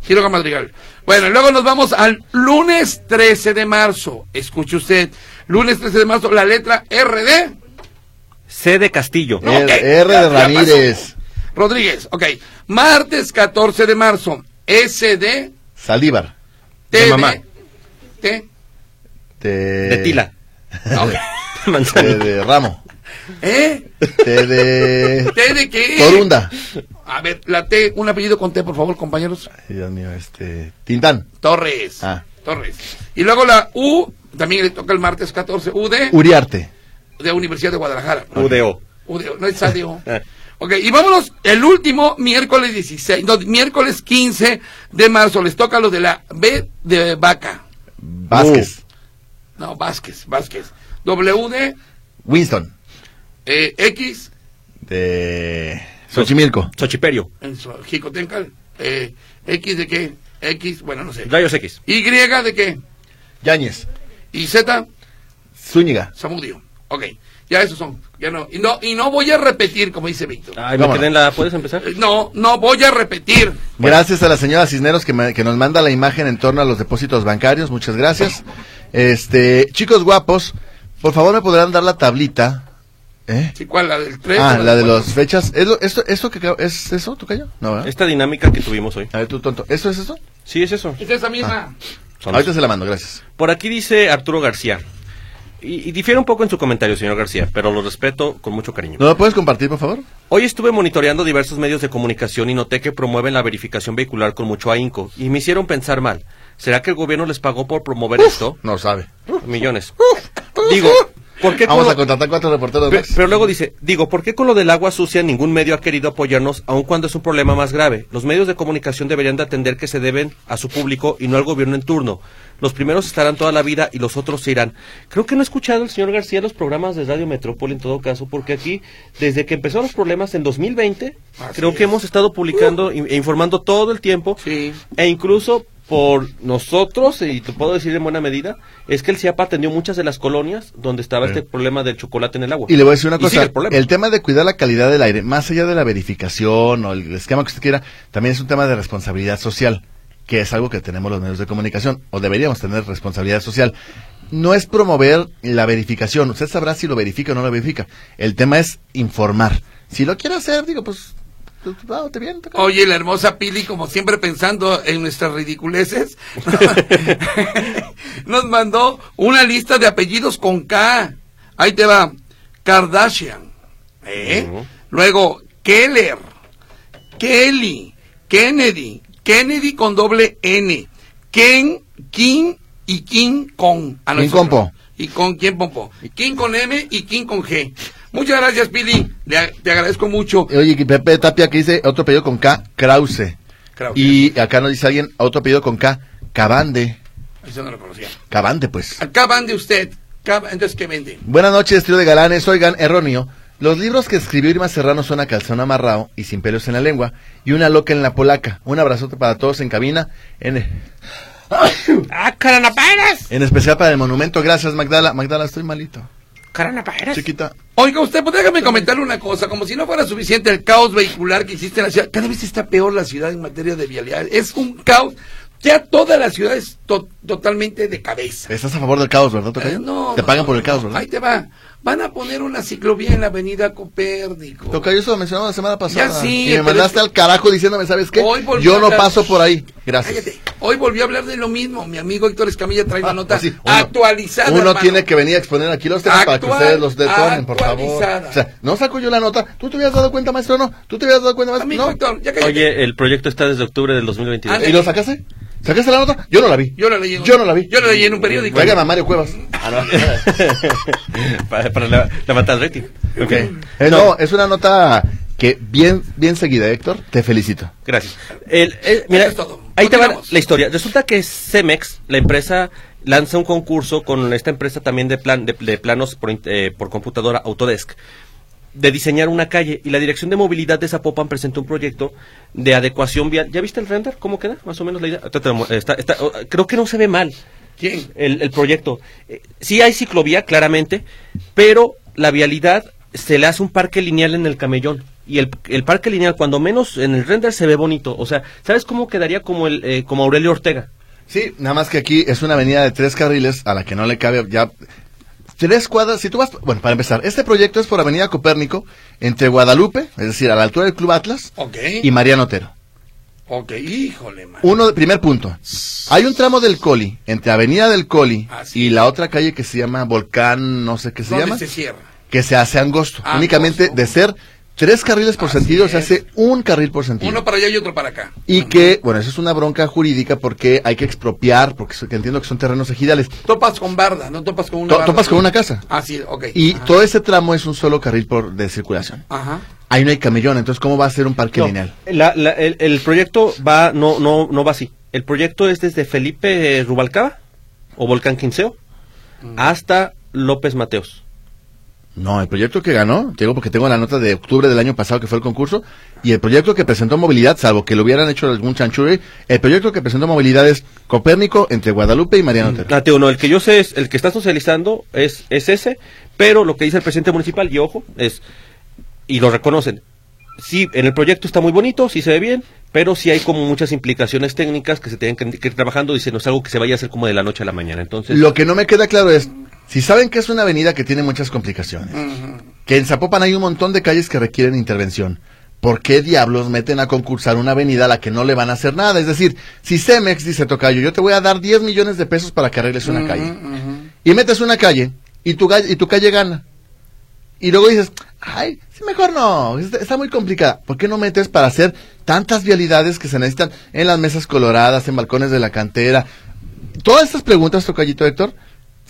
Speaker 3: Quiroga Madrigal. Bueno, luego nos vamos al lunes 13 de marzo. Escuche usted, lunes 13 de marzo, la letra RD.
Speaker 2: C. de Castillo.
Speaker 3: No,
Speaker 4: R,
Speaker 3: ok,
Speaker 4: R
Speaker 3: ya- ya
Speaker 4: de
Speaker 3: pasó.
Speaker 4: Ramírez.
Speaker 3: Rodríguez, ok. Martes 14 de marzo, SD,
Speaker 4: Saldívar.
Speaker 3: TD,
Speaker 2: De mamá.
Speaker 3: T,
Speaker 4: Te-
Speaker 3: eh,
Speaker 2: De Tila. *laughs*
Speaker 3: ok.
Speaker 4: Te
Speaker 2: Manzana.
Speaker 4: de Ramo.
Speaker 3: ¿Eh? *laughs*
Speaker 4: Te de.
Speaker 3: ¿T de qué?
Speaker 4: Corunda.
Speaker 3: A ver, la T, un apellido con T, por favor, compañeros.
Speaker 4: Ay, Dios mío, este. Tintán.
Speaker 3: Torres.
Speaker 4: Ah.
Speaker 3: Torres. Y luego la U, también le toca el martes 14, U de,
Speaker 4: Uriarte.
Speaker 3: de Universidad de Guadalajara.
Speaker 2: UDO.
Speaker 3: Udeo, no es *laughs* Sadeo.
Speaker 2: Ah.
Speaker 3: ok, y vámonos el último miércoles 16, no, miércoles 15 de marzo. Les toca a los de la B de vaca.
Speaker 4: Vázquez.
Speaker 3: No, Vázquez, Vázquez. W de
Speaker 4: Winston.
Speaker 3: eh, X,
Speaker 4: De. Xochimilco.
Speaker 2: Xochiperio.
Speaker 3: en su- Jicotencal, eh, X de qué, X, bueno, no sé.
Speaker 2: Rayos X.
Speaker 3: Y de qué,
Speaker 4: Yáñez.
Speaker 3: y Z,
Speaker 4: Zúñiga.
Speaker 3: Samudio. Ok, ya esos son. Ya no, y no, y no voy a repetir, como dice Víctor.
Speaker 2: Ay, me
Speaker 4: Cámara.
Speaker 2: quedé en la. ¿Puedes empezar?
Speaker 3: Eh, No, no voy a repetir.
Speaker 4: Gracias a la señora Cisneros que, me- que nos manda la imagen en torno a los depósitos bancarios. Muchas gracias. Este, chicos guapos, por favor me podrán dar la tablita. ¿Eh?
Speaker 3: Sí, ¿Cuál? La del 3.
Speaker 4: Ah, la de las fechas. ¿Es lo- esto, ¿Esto que acabo- es eso, Tocayo? No, ¿verdad?
Speaker 2: Esta dinámica que tuvimos hoy.
Speaker 4: A ver, tú tonto. ¿Eso ¿Ah? es eso?
Speaker 2: Sí, es eso.
Speaker 3: Es esa
Speaker 4: Ah.
Speaker 3: misma.
Speaker 2: Son
Speaker 4: Ahorita se la mando, gracias.
Speaker 2: Por aquí dice Arturo García. Y, y difiere un poco en su comentario, señor García, pero lo respeto con mucho cariño.
Speaker 4: ¿No lo puedes compartir, por favor?
Speaker 2: Hoy estuve monitoreando diversos medios de comunicación y noté que promueven la verificación vehicular con mucho ahínco y me hicieron pensar mal. ¿Será que el gobierno les pagó por promover esto?
Speaker 4: No sabe.
Speaker 2: Millones. Digo, ¿por qué con
Speaker 4: Vamos
Speaker 2: lo-
Speaker 4: a contratar cuatro reporteros
Speaker 2: Pe-
Speaker 4: más.
Speaker 2: Pero luego dice, digo, ¿por qué con lo del agua sucia ningún medio ha querido apoyarnos, aun cuando es un problema más grave? Los medios de comunicación deberían de atender que se deben a su público y no al gobierno en turno. Los primeros estarán toda la vida y los otros se irán. Creo que no he escuchado el señor García los programas de Radio Metrópoli en todo caso, porque aquí, desde que empezaron los problemas en 2020,
Speaker 3: Así
Speaker 2: creo que
Speaker 3: es. Uh.
Speaker 2: hemos estado publicando in- e informando todo el tiempo
Speaker 3: Sí.
Speaker 2: e incluso por nosotros, y te puedo decir en buena medida, es que el CIAPA atendió muchas de las colonias donde estaba este problema del chocolate en el agua.
Speaker 4: Y le voy a decir una
Speaker 2: sigue
Speaker 4: cosa,
Speaker 2: el problema.
Speaker 4: el, tema de cuidar la calidad del aire, más allá de la verificación o el esquema que usted quiera, también es un tema de responsabilidad social, que es algo que tenemos los medios de comunicación, o deberíamos tener responsabilidad social. No es promover la verificación, usted sabrá si lo verifica o no lo verifica. El tema es informar. Si lo quiere hacer, digo, pues tú- tú- ah, te viento, cabrón.
Speaker 3: Oye, la hermosa Pili, como siempre pensando en nuestras ridiculeces, nos mandó una lista de apellidos con K. Ahí te va. Kardashian. ¿eh?
Speaker 2: Ujú.
Speaker 3: Luego, Keller. Kelly. Kennedy. Kennedy con doble N. Ken, King y King con. Ah, no,
Speaker 4: King
Speaker 3: eso no.
Speaker 4: Compo.
Speaker 3: ¿Y con quién, Pompo? King con M y King con G. Muchas gracias, Pili. Le a- te agradezco mucho.
Speaker 4: Oye, que Pepe Tapia que dice otro apellido con K, Krause.
Speaker 3: Creo que-
Speaker 4: Y acá nos dice alguien otro apellido con K, Cabande.
Speaker 3: Eso no lo conocía.
Speaker 4: Cabande, pues.
Speaker 3: Acaban de usted. Acaba- entonces, ¿qué vende?
Speaker 4: Buenas noches, trío de galanes. Oigan, erróneo. Los libros que escribió Irma Serrano son a calzón amarrado y sin pelos en la lengua y una loca en la polaca. Un abrazote para todos en cabina. En, e- *coughs*
Speaker 6: Ah, coronavirus.
Speaker 4: en especial para el monumento. Gracias, Magdala. Magdala, estoy malito.
Speaker 6: Coronavirus.
Speaker 4: Chiquita.
Speaker 3: Oiga, usted, pues déjame comentarle una cosa. Como si no fuera suficiente el caos vehicular que existe en la ciudad. Cada vez está peor la ciudad en materia de vialidad. Es un caos. Ya toda la ciudad es to- totalmente de cabeza.
Speaker 4: Estás a favor del caos, ¿verdad, Tocayo?
Speaker 3: Eh, no,
Speaker 4: ¿Eh? Te
Speaker 3: no,
Speaker 4: pagan
Speaker 3: no,
Speaker 4: por el
Speaker 3: no.
Speaker 4: caos, ¿verdad?
Speaker 3: Ahí te va. Van a poner una ciclovía en la avenida Copérnico.
Speaker 4: Tocayo, eso lo mencionamos la semana pasada.
Speaker 3: sí,
Speaker 4: y me
Speaker 3: pero
Speaker 4: mandaste
Speaker 3: es-
Speaker 4: al carajo diciéndome, ¿sabes qué?
Speaker 3: Hoy volvió
Speaker 4: Yo
Speaker 3: a
Speaker 4: no
Speaker 3: hablar-
Speaker 4: paso por ahí. Gracias.
Speaker 3: Cállate. Hoy volvió a hablar de lo mismo. Mi amigo Héctor Escamilla trae la
Speaker 4: Ah,
Speaker 3: nota
Speaker 4: pues sí, uno-
Speaker 3: actualizada.
Speaker 4: Uno
Speaker 3: hermano.
Speaker 4: tiene que venir a exponer aquí los temas para que
Speaker 3: Actual-
Speaker 4: ustedes los detonen, por favor.
Speaker 3: actualizada.
Speaker 4: O sea, no saco yo la nota. ¿Tú te hubieras dado cuenta, maestro? No. ¿Tú te hubieras dado cuenta, maestro?
Speaker 3: Amigo
Speaker 4: No.
Speaker 3: Héctor, ya cállate.
Speaker 2: Oye, el proyecto está desde octubre del 2022.
Speaker 3: Ándale.
Speaker 4: ¿Y lo sacaste? ¿Sacaste la nota? Yo no la vi.
Speaker 3: Yo la leí en un-
Speaker 4: Yo no la vi.
Speaker 3: Yo la leí en un periódico.
Speaker 4: Traigan a Mario Cuevas.
Speaker 2: Ah, *laughs* para para la- levantar el rating. Ok.
Speaker 4: Eh, no, es una nota que bien, bien seguida, Héctor. Te felicito.
Speaker 2: Gracias. El- el- mira,
Speaker 3: Eso es todo.
Speaker 2: ahí te va la-
Speaker 3: Continuamos.
Speaker 2: la historia. Resulta que Cemex, la empresa, lanza un concurso con esta empresa también de, plan, de, de planos por, in- eh, por computadora Autodesk de diseñar una calle y la Dirección de Movilidad de Zapopan presentó un proyecto de adecuación vial. ¿Ya viste el render? ¿Cómo queda? Más o menos la idea. Ahorita te lo mu- está- está- oh, creo que no se ve mal
Speaker 3: ¿Quién?
Speaker 2: el, el proyecto. Eh, Sí hay ciclovía, claramente, pero la vialidad se le hace un parque lineal en el camellón. Y el, el parque lineal, cuando menos en el render, se ve bonito. O sea, ¿sabes cómo quedaría como, el, eh, como Aurelio Ortega?
Speaker 4: Sí, nada más que aquí es una avenida de tres carriles a la que no le cabe ya tres cuadras. Si tú vas, bueno, para empezar, este proyecto es por Avenida Copérnico entre Guadalupe, es decir, a la altura del Club Atlas
Speaker 3: Ok.
Speaker 4: y Mariano Otero.
Speaker 3: Ok, híjole, man.
Speaker 4: Uno, primer punto. Hay un tramo del Coli entre Avenida del Coli
Speaker 3: Así
Speaker 4: y
Speaker 3: es.
Speaker 4: la otra calle que se llama Volcán, no sé qué se
Speaker 3: ¿Dónde
Speaker 4: llama,
Speaker 3: se cierra?
Speaker 4: que se hace angosto.
Speaker 3: Angosto.
Speaker 4: Únicamente de ser tres carriles por
Speaker 3: Así
Speaker 4: sentido se
Speaker 3: es.
Speaker 4: hace un carril por sentido.
Speaker 3: Uno para allá y otro para acá.
Speaker 4: Y que, bueno, eso es una bronca jurídica porque hay que expropiar, porque so- que entiendo que son terrenos ejidales.
Speaker 3: Topas con barda, no topas con una
Speaker 4: To-
Speaker 3: barda.
Speaker 4: topas con una casa.
Speaker 3: Ah, sí, ok.
Speaker 4: Y
Speaker 3: Ajá.
Speaker 4: todo ese tramo es un solo carril por, de circulación.
Speaker 3: Ajá.
Speaker 4: Ahí no hay camellón, entonces ¿cómo va a ser un parque
Speaker 2: No,
Speaker 4: lineal?
Speaker 2: la- la- el, el proyecto va, no, no, no va así. El proyecto es desde Felipe eh, Rubalcaba o Volcán Quinceo hasta López Mateos.
Speaker 4: No, el proyecto que ganó, te digo porque tengo la nota de octubre del año pasado que fue el concurso, y el proyecto que presentó Movilidad, salvo que lo hubieran hecho algún chanchuri, el proyecto que presentó Movilidad es Copérnico entre Guadalupe y Mariano Otero.
Speaker 2: Ah, te digo, no, el que yo sé es, el que está socializando es, es ese, pero lo que dice el presidente municipal, y ojo, es, y lo reconocen, sí, en el proyecto está muy bonito, sí se ve bien, pero sí hay como muchas implicaciones técnicas que se tienen que, que ir trabajando, dice, no es algo que se vaya a hacer como de la noche a la mañana, entonces...
Speaker 4: Lo que no me queda claro es, si saben que es una avenida que tiene muchas complicaciones, que en Zapopan hay un montón de calles que requieren intervención, ¿por qué diablos meten a concursar una avenida a la que no le van a hacer nada? Es decir, si Cemex dice Tocayo, yo te voy a dar 10 millones de pesos para que arregles una calle,
Speaker 3: Mm,
Speaker 4: y metes una calle, y tu, gall- y tu calle gana, y luego dices, ay, sí, mejor no, está, está muy complicada. ¿Por qué no metes para hacer tantas vialidades que se necesitan en las mesas coloradas, en balcones de la cantera? Todas estas preguntas, Tocayito Héctor,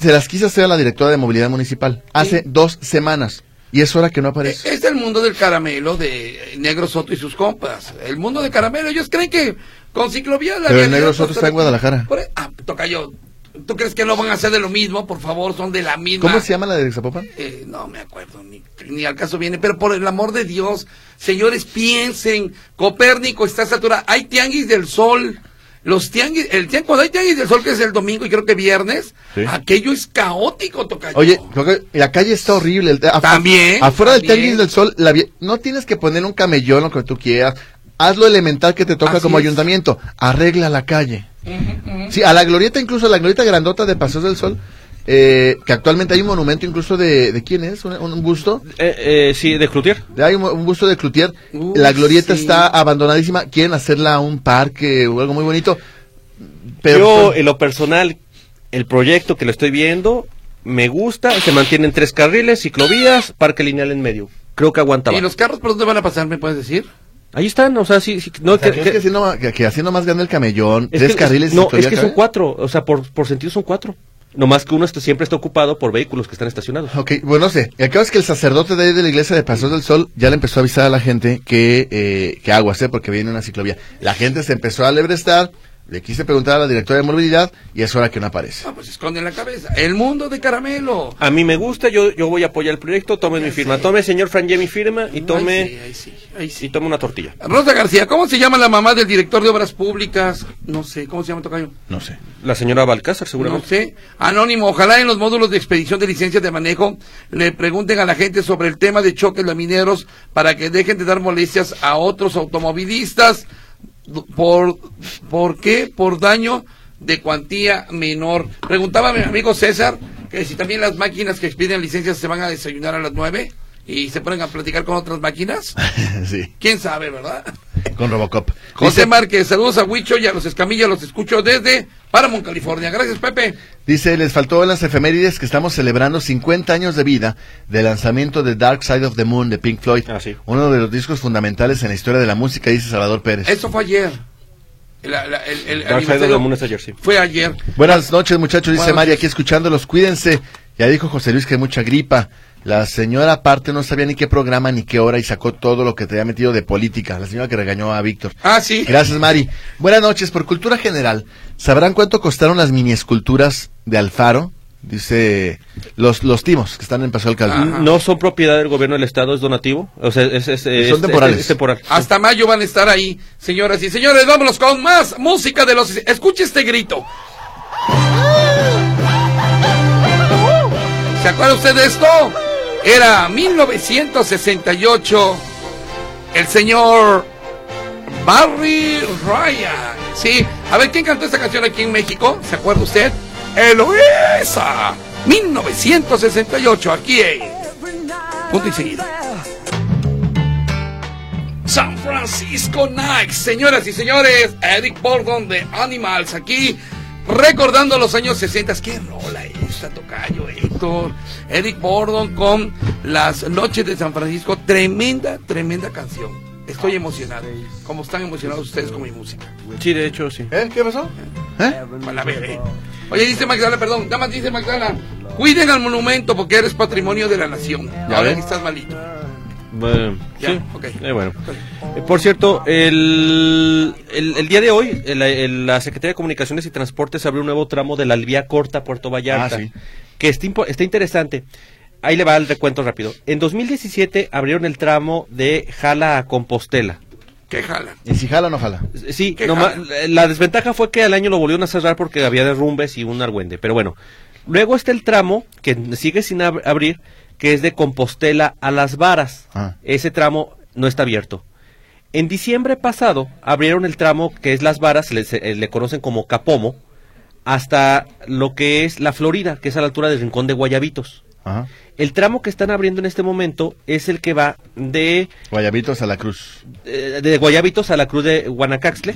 Speaker 4: se las quise hacer a la directora de movilidad municipal hace dos semanas y es hora que no
Speaker 3: Eh,
Speaker 4: aparece.
Speaker 3: Es el mundo del caramelo de eh, Negro Soto y sus compas. El mundo del caramelo. Ellos creen que con ciclovía la
Speaker 4: Pero el
Speaker 3: realidad
Speaker 4: Negro
Speaker 3: va a
Speaker 4: Soto
Speaker 3: estar
Speaker 4: está en
Speaker 3: aquí.
Speaker 4: Guadalajara.
Speaker 3: Por ahí- ah, toca yo. ¿Tú crees que no van a hacer de lo mismo? Por favor, son de la misma.
Speaker 4: ¿Cómo se llama la de Zapopan?
Speaker 3: Eh, no me acuerdo, ni, ni al caso viene, pero por el amor de Dios, señores, piensen, Copérnico está saturado, hay tianguis del sol, los tianguis, el tian- cuando hay tianguis del sol, que es el domingo y creo que viernes,
Speaker 4: Sí.
Speaker 3: aquello es caótico, tocayo.
Speaker 4: Oye, Tocayo, la calle está horrible. el- afu-
Speaker 3: También,
Speaker 4: Afuera del
Speaker 3: ¿Eh? también.
Speaker 4: Tianguis del Sol, la vie- no tienes que poner un camellón lo que tú quieras. Haz lo elemental que te toca
Speaker 3: Así
Speaker 4: como
Speaker 3: es.
Speaker 4: ayuntamiento. Arregla la calle. Sí, a la glorieta, incluso a la glorieta grandota de Paseos del Sol, eh, que actualmente hay un monumento incluso de, ¿de quién es? ¿Un, un busto?
Speaker 2: Eh, eh, sí, de Cloutier.
Speaker 4: Hay un, un busto de Cloutier.
Speaker 3: Uh,
Speaker 4: la glorieta
Speaker 3: sí.
Speaker 4: está abandonadísima. Quieren hacerla un parque o algo muy bonito. Pero pues,
Speaker 2: Yo, en lo personal, el proyecto que le estoy viendo, me gusta. Se mantienen tres carriles, ciclovías, parque lineal en medio. Creo que aguanta.
Speaker 3: ¿Y
Speaker 2: va.
Speaker 3: los carros por dónde van a pasar, me puedes decir?
Speaker 2: Ahí están, o sea, sí, sí, no,
Speaker 4: o sea,
Speaker 2: que-
Speaker 4: ¿crees
Speaker 2: que-
Speaker 4: que, haciendo, ma- que- que haciendo más grande el camellón,
Speaker 2: es
Speaker 4: tres
Speaker 2: que-
Speaker 4: carriles.
Speaker 2: No,
Speaker 4: ciclovía
Speaker 2: es que son
Speaker 4: cabe?
Speaker 2: cuatro, o sea, por, por sentido son cuatro. Nomás que uno está, siempre está ocupado por vehículos que están estacionados.
Speaker 4: Ok, bueno, no sé. El caso es que el sacerdote de, ahí de la iglesia de Pasos del Sol ya le empezó a avisar a la gente que, eh, que aguas, ¿eh? porque viene una ciclovía. La gente se empezó a lebrestar, le quise preguntar a la directora de movilidad y es hora que no aparece.
Speaker 3: Ah, pues esconden la cabeza. El mundo de caramelo.
Speaker 2: A mí me gusta, yo, yo voy a apoyar el proyecto, tome mi firma. Tome, señor Franje, mi firma y tome,
Speaker 3: Ahí sí, ahí sí, ahí sí.
Speaker 2: y tome una tortilla.
Speaker 3: Rosa García, ¿cómo se llama la mamá del director de Obras Públicas? No sé, ¿cómo se llama Tocayo?
Speaker 4: No sé. *laughs*
Speaker 2: La señora Balcázar, seguramente.
Speaker 3: No sé. Anónimo, ojalá en los módulos de expedición de licencias de manejo le pregunten a la gente sobre el tema de choques lamineros para que dejen de dar molestias a otros automovilistas por, ¿por qué? Por daño de cuantía menor. Preguntaba mi amigo César que si también las máquinas que expiden licencias se van a desayunar a las nueve y se ponen a platicar con otras máquinas.
Speaker 4: sí,
Speaker 3: ¿Quién sabe, verdad?
Speaker 4: con Robocop.
Speaker 3: José
Speaker 4: Dice-
Speaker 3: Márquez, saludos a Huicho y a los Escamilla, los escucho desde Paramount, California. Gracias, Pepe.
Speaker 4: Dice, les faltó en las efemérides que estamos celebrando 50 años de vida del lanzamiento de Dark Side of the Moon de Pink Floyd.
Speaker 2: Ah, sí.
Speaker 4: Uno de los discos fundamentales en la historia de la música, dice Salvador Pérez.
Speaker 3: Eso fue ayer. La- la- el, el
Speaker 2: Dark Side of the Moon es ayer, sí.
Speaker 3: Fue ayer.
Speaker 4: Buenas noches, muchachos, dice
Speaker 3: Buenas
Speaker 4: María,
Speaker 3: noches.
Speaker 4: aquí escuchándolos, cuídense. Ya dijo José Luis que hay mucha gripa. La señora aparte no sabía ni qué programa ni qué hora y sacó todo lo que te había metido de política. La señora que regañó a Víctor.
Speaker 3: Ah, sí.
Speaker 4: Gracias, Mari. Buenas noches. Por cultura general, ¿sabrán cuánto costaron las mini esculturas de Alfaro? Dice los, los timos que están en Paso del Calvo.
Speaker 3: Ajá.
Speaker 2: No son propiedad del gobierno del Estado, es donativo. O sea, es, es- es- es-
Speaker 4: temporales.
Speaker 2: es temporal.
Speaker 3: Hasta mayo van a estar ahí, señoras y señores. Vámonos con más música de los. Escuche este grito. ¿Se acuerda usted de esto? Era 1968. El señor Barry Ryan. Sí. A ver, ¿quién cantó esta canción aquí en México? ¿Se acuerda usted? Eloisa. 1968. Aquí es. Punto y seguido. San Francisco Knights, señoras y señores, Eric Bordon de Animals aquí, recordando los años 60. ¿Qué rola esta, Tocayo, Héctor? Eric Bordon con Las Noches de San Francisco, tremenda, tremenda canción. Estoy emocionado, como están emocionados ustedes con mi música.
Speaker 2: Sí, de hecho, sí.
Speaker 4: ¿Eh? ¿Qué pasó? ¿Eh?
Speaker 3: Van a ver, ¿eh? Oye, dice Magdala, perdón, nada más dice Magdala, cuiden al monumento porque eres patrimonio de la nación.
Speaker 2: Ya
Speaker 3: Ahora
Speaker 2: ven.
Speaker 3: que estás malito.
Speaker 2: Bueno,
Speaker 3: Ya,
Speaker 2: sí.
Speaker 3: ok.
Speaker 2: Eh, bueno. Eh, Por cierto, el, el, el día de hoy, el- el- la Secretaría de Comunicaciones y Transportes abrió un nuevo tramo de la vía corta a Puerto Vallarta,
Speaker 4: Ah, sí.
Speaker 2: que está, impo- está interesante. Ahí le va el recuento rápido. En 2017 abrieron el tramo de Jala a Compostela.
Speaker 3: Que jala.
Speaker 4: ¿Y si jala o no jala?
Speaker 2: Sí,
Speaker 3: Qué
Speaker 2: nomás- eh,
Speaker 3: jala.
Speaker 2: la desventaja fue que al año lo volvieron a cerrar porque había derrumbes y un argüende. Pero bueno, luego está el tramo que sigue sin ab- abrir, que es de Compostela a Las Varas.
Speaker 4: Ah.
Speaker 2: Ese tramo no está abierto. En diciembre pasado abrieron el tramo que es Las Varas, le, se- eh, le conocen como Capomo, hasta lo que es la Florida, que es a la altura del Rincón de Guayabitos.
Speaker 4: Ajá.
Speaker 2: El tramo que están abriendo en este momento es el que va de
Speaker 4: Guayabitos a la cruz.
Speaker 2: eh, de Guayabitos a la Cruz de Guanacaxtle,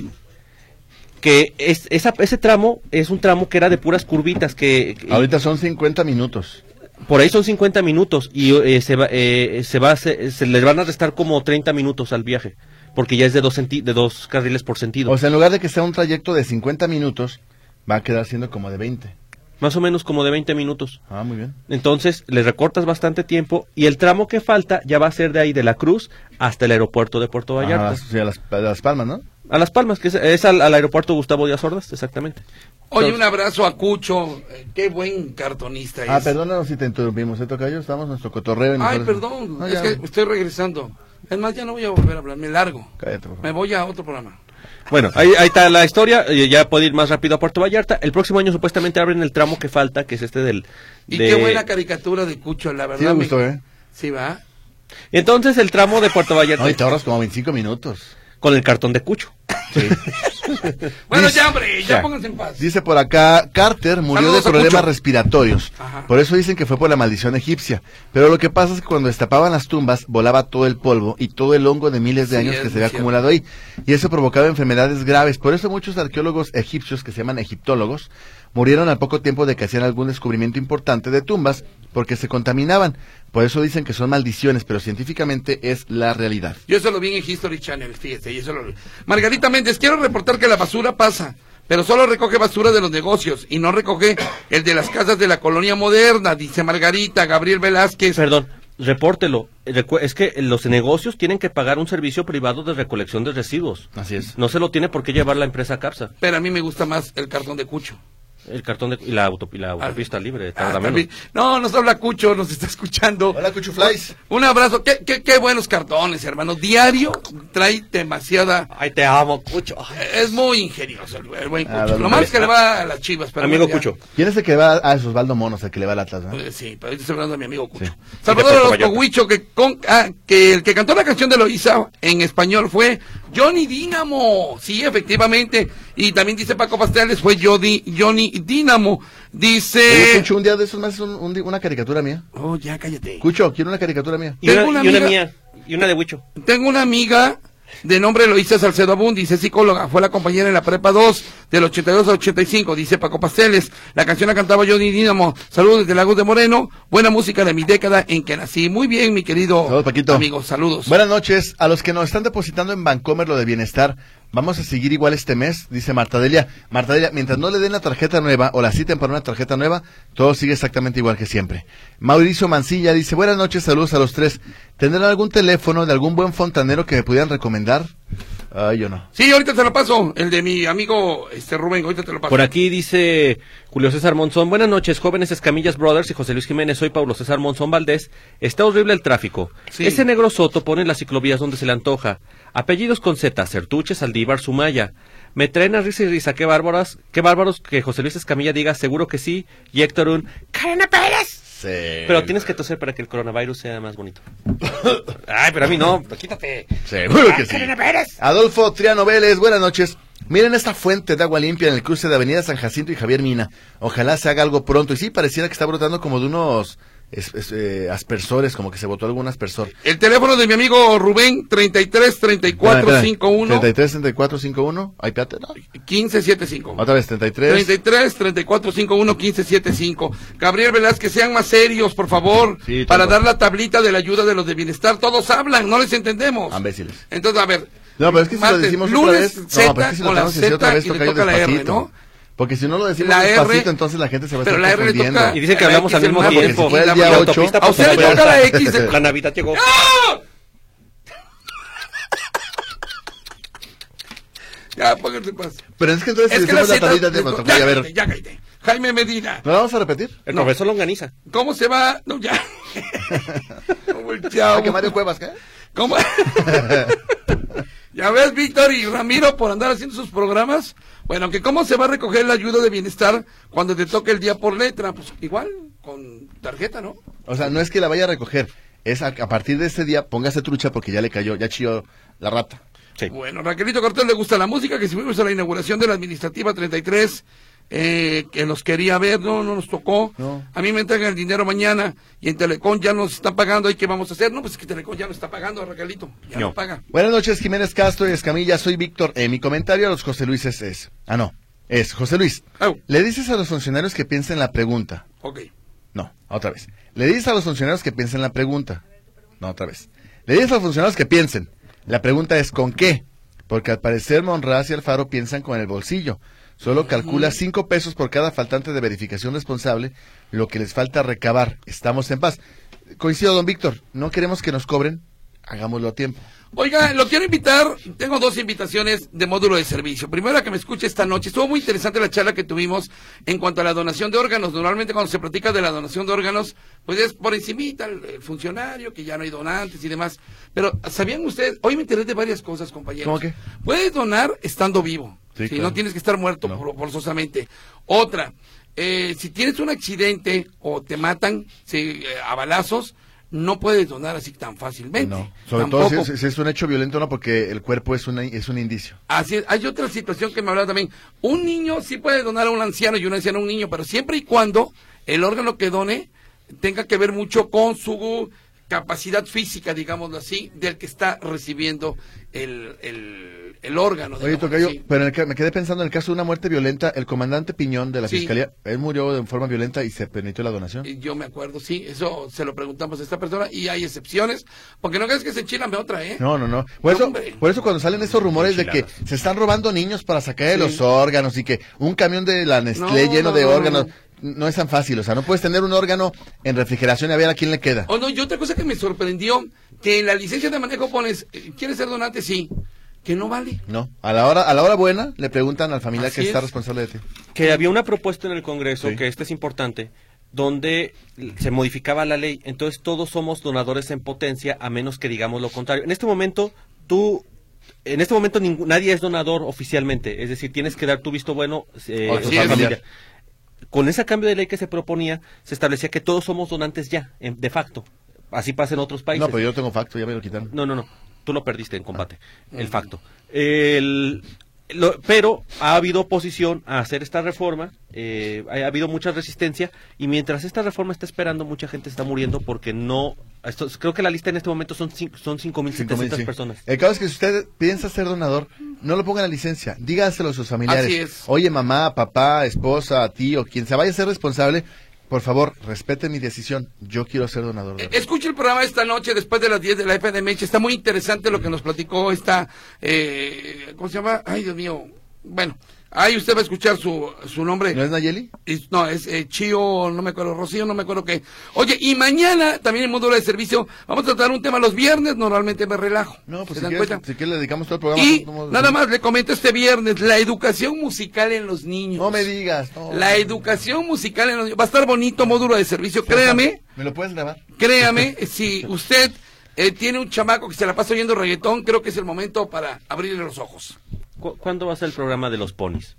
Speaker 2: que es, esa- ese tramo es un tramo que era de puras curvitas, que que-
Speaker 4: Ahorita son 50 minutos.
Speaker 2: por ahí son 50 minutos y eh, se, va, eh, se, va, se, se le van a restar como 30 minutos al viaje, porque ya es de dos, senti- de dos carriles por sentido.
Speaker 4: O sea, en lugar de que sea un trayecto de 50 minutos, va a quedar siendo como de 20.
Speaker 2: más o menos como de 20 minutos.
Speaker 4: Ah, muy bien.
Speaker 2: Entonces le recortas bastante tiempo y el tramo que falta ya va a ser de ahí de la Cruz hasta el aeropuerto de Puerto
Speaker 4: Ajá,
Speaker 2: Vallarta.
Speaker 4: las- Ah, sí, a las, a las palmas, ¿no?
Speaker 2: A Las Palmas, que es, es al, al aeropuerto Gustavo Díaz Ordaz, exactamente.
Speaker 3: Oye,
Speaker 2: Entonces-
Speaker 3: un abrazo a Cucho. eh, Qué buen cartonista es.
Speaker 4: Ah, perdónanos si te interrumpimos, ¿eh, Tocayo? Estamos en nuestro cotorreo. y
Speaker 3: Ay,
Speaker 4: nosotros-
Speaker 3: perdón.
Speaker 4: No,
Speaker 3: es
Speaker 4: ya.
Speaker 3: que estoy regresando. Es más, ya no voy a volver a hablar. Me largo.
Speaker 4: Cállate, por favor.
Speaker 3: Me voy a otro programa.
Speaker 2: Bueno, ahí, ahí está la historia. eh, Ya puede ir más rápido a Puerto Vallarta. El próximo año supuestamente abren el tramo que falta, que es este del.
Speaker 3: Y
Speaker 2: de-
Speaker 3: qué buena caricatura de Cucho, la verdad.
Speaker 4: Sí me gustó, ¿eh?
Speaker 3: Sí, va.
Speaker 2: Entonces el tramo de Puerto Vallarta
Speaker 4: No, y te ahorras como 25 minutos.
Speaker 2: con el cartón de cucho.
Speaker 4: Sí.
Speaker 3: Bueno,
Speaker 4: Dice-
Speaker 3: ya, hombre, ya,
Speaker 2: ya.
Speaker 3: pónganse en paz.
Speaker 4: Dice por acá, Carter murió
Speaker 3: Saludos a
Speaker 4: de problemas
Speaker 3: Cucho.
Speaker 4: respiratorios.
Speaker 3: Ajá.
Speaker 4: Por eso dicen que fue por la maldición egipcia. Pero lo que pasa es que cuando destapaban las tumbas, volaba todo el polvo y todo el hongo de miles de
Speaker 3: Sí,
Speaker 4: años
Speaker 3: es
Speaker 4: que se
Speaker 3: muy
Speaker 4: había
Speaker 3: cierto.
Speaker 4: acumulado ahí. Y eso provocaba enfermedades graves. Por eso muchos arqueólogos egipcios, que se llaman egiptólogos, murieron al poco tiempo de que hacían algún descubrimiento importante de tumbas, porque se contaminaban. Por eso dicen que son maldiciones, pero científicamente es la realidad.
Speaker 3: Yo eso lo vi en History Channel, fíjese. y eso lo... Margarita Méndez, quiero reportar que la basura pasa, pero solo recoge basura de los negocios y no recoge el de las casas de la colonia moderna, dice Margarita, Gabriel Velázquez.
Speaker 2: Perdón, repórtelo. Recu- Es que los negocios tienen que pagar un servicio privado de recolección de residuos.
Speaker 4: Así es.
Speaker 2: No se lo tiene por qué llevar la empresa Capsa.
Speaker 3: Pero a mí me gusta más el cartón de Cucho.
Speaker 2: El cartón de, y la, auto, y la autopista libre. tarda
Speaker 3: Ah,
Speaker 2: menos.
Speaker 3: también. No, nos habla Cucho, nos está escuchando.
Speaker 4: Hola, Cuchuflies.
Speaker 3: Un abrazo. Qué, qué, qué buenos cartones, hermano. Diario trae demasiada.
Speaker 2: Ay, te amo, Cucho.
Speaker 3: Es muy ingenioso el, el buen
Speaker 4: Ah,
Speaker 3: Cucho.
Speaker 4: don
Speaker 3: Lo malo es
Speaker 4: Andrés.
Speaker 3: que le va a las chivas. Pero
Speaker 2: Amigo
Speaker 3: bueno, ya.
Speaker 2: Cucho.
Speaker 4: ¿Quién es el que va a Osvaldo Monos, el que le va al Atlas? verdad?
Speaker 3: Eh, Sí, pero estoy hablando de mi amigo Cucho.
Speaker 4: Sí.
Speaker 2: Sí, de
Speaker 3: Salvador
Speaker 2: Puerto
Speaker 3: Orozco
Speaker 2: Vallarta.
Speaker 3: Huicho, que, con, ah, que el que cantó la canción de Loisa en español fue Johnny Dínamo. Sí, efectivamente. Y también dice Paco Pasteles, fue Jody- Johnny Dínamo.
Speaker 4: Oye,
Speaker 3: Dice...
Speaker 4: Cucho, un día de esos más un- un di- una caricatura mía.
Speaker 3: Oh, ya cállate.
Speaker 4: Cucho, quiero una caricatura mía.
Speaker 2: Y una,
Speaker 3: Tengo una
Speaker 2: y una
Speaker 3: amiga-
Speaker 2: mía. Y una de Huicho.
Speaker 3: Tengo una amiga de nombre Eloísa Salcedo Abund, dice psicóloga, fue la compañera en la prepa 2 del 82 al 85, dice Paco Pasteles. La canción la cantaba Johnny Dínamo. Saludos desde Lagos de Moreno. Buena música de mi década en que nací. Muy bien, mi querido
Speaker 4: Saludos, Paquito.
Speaker 3: amigo. Saludos.
Speaker 4: Buenas noches. A los que nos están depositando en Bancomer lo de bienestar, vamos a seguir igual este mes, dice Martadelia. Martadelia, mientras no le den la tarjeta nueva o la citen para una tarjeta nueva, todo sigue exactamente igual que siempre. Mauricio Mancilla dice, buenas noches, saludos a los tres. ¿Tendrán algún teléfono de algún buen fontanero que me pudieran recomendar? Ay, yo no.
Speaker 3: Sí, ahorita te lo paso. El de mi amigo este Rubén, ahorita te lo paso.
Speaker 2: Por aquí dice Julio César Monzón. Buenas noches, jóvenes Escamillas Brothers y José Luis Jiménez. Soy Pablo César Monzón Valdés. Está horrible el tráfico.
Speaker 3: Sí.
Speaker 2: Ese negro soto pone las ciclovías donde se le antoja. Apellidos con Z, Certuche, Saldívar, Sumaya. Me traen a risa y risa. Qué bárbaras, qué bárbaros que José Luis Escamilla diga seguro que sí. Y Héctor un...
Speaker 6: Karina Pérez.
Speaker 4: Eh,
Speaker 2: Pero tienes que toser para que el coronavirus sea más bonito. *laughs* Ay, pero a mí no. Quítate.
Speaker 4: Seguro que sí.
Speaker 6: Karina Pérez.
Speaker 4: Adolfo Triano Vélez, buenas noches. Miren esta fuente de agua limpia en el cruce de Avenida San Jacinto y Javier Mina. Ojalá se haga algo pronto. Y sí, pareciera que está brotando como de unos es- es- eh, aspersores, como que se botó algún aspersor.
Speaker 3: El teléfono de mi amigo Rubén, 33 34 51
Speaker 4: 33 34 51. Ay, espérate, no.
Speaker 3: 15 75.
Speaker 4: Otra vez, 33.
Speaker 3: 33 34 51 15 75. Gabriel Velázquez, sean más serios, por favor,
Speaker 4: Sí,
Speaker 3: para
Speaker 4: tengo.
Speaker 3: dar la tablita de la ayuda de los de bienestar. Todos hablan, no les entendemos.
Speaker 4: Imbéciles.
Speaker 3: Entonces, a ver.
Speaker 4: No, pero es que si
Speaker 3: martes,
Speaker 4: lo decimos otra
Speaker 3: lunes,
Speaker 4: vez. no, pero es que si
Speaker 3: Z con
Speaker 4: lo
Speaker 3: la
Speaker 4: tenemos que decir otra
Speaker 3: Z
Speaker 4: vez,
Speaker 3: y le
Speaker 4: tocayo,
Speaker 3: toca la R,
Speaker 4: despacito.
Speaker 3: ¿no? *laughs*
Speaker 4: Porque si no lo decimos
Speaker 3: La R,
Speaker 4: despacito, entonces la gente se va a
Speaker 3: Pero
Speaker 4: estar
Speaker 3: la R le
Speaker 4: confundiendo.
Speaker 3: toca.
Speaker 2: Y dicen que
Speaker 3: a la
Speaker 2: hablamos
Speaker 3: X
Speaker 2: al
Speaker 3: el
Speaker 2: mismo
Speaker 3: martes,
Speaker 4: porque
Speaker 2: tiempo.
Speaker 4: si fuera el
Speaker 3: la
Speaker 4: día
Speaker 3: mañana.
Speaker 4: 8.
Speaker 2: autopista, pues,
Speaker 3: A usted le toca la
Speaker 2: *laughs*
Speaker 3: X.
Speaker 2: La Navidad llegó.
Speaker 3: ¡Ah! Ya, pónganse paz.
Speaker 4: Pero es que entonces
Speaker 3: Es
Speaker 4: si
Speaker 3: que la
Speaker 4: decimos
Speaker 3: Z.
Speaker 4: la tablita de
Speaker 3: ya,
Speaker 4: Matocoy, a ver.
Speaker 3: cállate, ya cállate. Jaime Medina.
Speaker 4: ¿No la vamos a repetir?
Speaker 2: El
Speaker 3: No.
Speaker 2: profesor lo organiza.
Speaker 3: ¿Cómo se va? No,
Speaker 4: *laughs*
Speaker 3: ya. *laughs* No volteamos.
Speaker 4: Ah, que Mario Cuevas, ¿qué?
Speaker 3: ¿Cómo? ya ves, Víctor y Ramiro, por andar haciendo sus programas. Bueno, que cómo se va a recoger la ayuda de bienestar cuando te toque el día por letra. Pues igual, con tarjeta, ¿no?
Speaker 4: O sea, no es que la vaya a recoger. Es a, a partir de este día, póngase trucha porque ya le cayó, ya chilló la rata.
Speaker 2: Sí.
Speaker 3: Bueno, Raquelito Cortés le gusta la música, que si fuimos a la inauguración de la Administrativa 33, eh, que nos quería ver, no, no nos tocó.
Speaker 4: No.
Speaker 3: A mí me entregan el dinero mañana y en Telecom ya nos están pagando, ¿y qué vamos a hacer? No, pues es que Telecom ya nos está pagando, Raquelito, ya no,
Speaker 2: No.
Speaker 3: paga.
Speaker 4: Buenas noches, Jiménez Castro y Escamilla. Soy Víctor. Eh, mi comentario a los José Luises es. Ah, no. Es, José Luis.
Speaker 3: Au.
Speaker 4: Le dices a los funcionarios que piensen la pregunta.
Speaker 3: Ok.
Speaker 4: No, otra vez. Le dices a los funcionarios que piensen la pregunta. No, otra vez. Le dices a los funcionarios que piensen. La pregunta es ¿con qué? Porque al parecer Monraz y Alfaro piensan con el bolsillo. Solo calcula cinco pesos por cada faltante de verificación responsable, lo que les falta recabar. Estamos en paz. Coincido, don Víctor. No queremos que nos cobren. Hagámoslo a tiempo.
Speaker 3: Oiga, lo quiero invitar. Tengo dos invitaciones de módulo de servicio. Primero, a que me escuche esta noche. Estuvo muy interesante la charla que tuvimos en cuanto a la donación de órganos. Normalmente cuando se platica de la donación de órganos, pues es por encimita el, el funcionario, que ya no hay donantes y demás. Pero, ¿sabían ustedes? Hoy me enteré de varias cosas, compañeros.
Speaker 4: ¿Cómo qué?
Speaker 3: Puedes donar estando vivo.
Speaker 4: Sí,
Speaker 3: Sí,
Speaker 4: claro.
Speaker 3: No tienes que estar muerto
Speaker 4: No.
Speaker 3: for- forzosamente. Otra, eh, si tienes un accidente o te matan sí, eh, a balazos, no puedes donar así tan fácilmente.
Speaker 4: No. Sobre
Speaker 3: Eh, Tampoco
Speaker 4: todo si es, si es un hecho violento, no, porque el cuerpo es, una, es un indicio.
Speaker 3: Así es. Hay otra situación que me hablaba también. Un niño sí puede donar a un anciano y un anciano a un niño, pero siempre y cuando el órgano que done tenga que ver mucho con su capacidad física, digámoslo así, del que está recibiendo el, el, el órgano.
Speaker 4: Oye,
Speaker 3: digámoslo
Speaker 4: Tocayo,
Speaker 3: así.
Speaker 4: pero en el ca- me quedé pensando en el caso de una muerte violenta, el comandante Piñón de la
Speaker 3: Sí.
Speaker 4: Fiscalía, él murió de forma violenta y se permitió la donación.
Speaker 3: Y Yo me acuerdo, sí, eso se lo preguntamos a esta persona y hay excepciones, porque no crees que se chilan de otra, ¿eh?
Speaker 4: No, no, no. Por eso,
Speaker 3: Hombre.
Speaker 4: por eso cuando salen esos rumores de que
Speaker 2: Enchiladas.
Speaker 4: se están robando niños para sacar de los órganos y que un camión de la Nestlé
Speaker 3: No,
Speaker 4: lleno
Speaker 3: no,
Speaker 4: de
Speaker 3: no,
Speaker 4: órganos
Speaker 3: no.
Speaker 4: no es tan fácil. O sea, no puedes tener un órgano en refrigeración y a ver a quién le queda.
Speaker 3: Oh, no, y otra cosa que me sorprendió, que en la licencia de manejo pones, eh, ¿quieres ser donante? Sí, que no vale.
Speaker 4: No. A la hora, a la hora buena le preguntan al familiar
Speaker 3: Así
Speaker 4: que está
Speaker 3: es.
Speaker 4: responsable de ti.
Speaker 2: que había una propuesta en el Congreso,
Speaker 4: Sí.
Speaker 2: que esta es importante, donde se modificaba la ley. Entonces todos somos donadores en potencia, a menos que digamos lo contrario. En este momento, tú... En este momento ningú- nadie es donador oficialmente, es decir, tienes que dar tu visto bueno eh,
Speaker 4: O
Speaker 2: a
Speaker 4: tu
Speaker 2: tu
Speaker 3: familiar.
Speaker 2: familia. Con ese cambio de ley que se proponía, se establecía que todos somos donantes ya, en- de facto. Así pasa en otros países.
Speaker 4: No, pero yo no tengo facto, ya me lo quitaron.
Speaker 2: No, no, no. Tú lo perdiste en combate. El facto. El- lo- pero ha habido oposición a hacer esta reforma. eh, ha habido mucha resistencia. Y mientras esta reforma está esperando, mucha gente está muriendo porque no. esto- creo que la lista en este momento son, cin- son 5.700
Speaker 4: Sí. Eh.
Speaker 2: personas.
Speaker 4: El caso es que si usted piensa ser donador, no lo ponga en la licencia. Dígaselo a sus familiares.
Speaker 3: Así es.
Speaker 4: Oye, mamá, papá, esposa, tío, quien se vaya a ser responsable, por favor, respete mi decisión. Yo quiero ser donador. de
Speaker 3: Eh,
Speaker 4: verdad.
Speaker 3: Escuche el programa esta noche después de las 10 de la FDMH. Está muy interesante lo que nos platicó esta. eh, ¿Cómo se llama? Ay, Dios mío. Bueno, ahí usted va a escuchar su, su nombre.
Speaker 4: ¿No es Nayeli?
Speaker 3: Es- No, es eh, Chío, no me acuerdo, Rocío, no me acuerdo qué. Oye, y mañana también en Módulo de Servicio vamos a tratar un tema los viernes, normalmente me relajo.
Speaker 4: No, pues
Speaker 3: ¿Se
Speaker 4: si
Speaker 3: dan
Speaker 4: quieres,
Speaker 3: cuenta?
Speaker 4: si quieres le dedicamos todo el programa.
Speaker 3: Y
Speaker 4: No, no, no.
Speaker 3: nada más le comento este viernes, la educación musical en los niños.
Speaker 4: No me digas. no.
Speaker 3: La educación musical en los niños. Va a estar bonito Módulo de Servicio, créame
Speaker 4: ¿Me lo puedes grabar?
Speaker 3: créame, si usted eh, tiene un chamaco que se la pasa oyendo reggaetón, creo que es el momento para abrirle los ojos.
Speaker 2: ¿Cu- ¿Cuándo va a ser el programa de los ponis?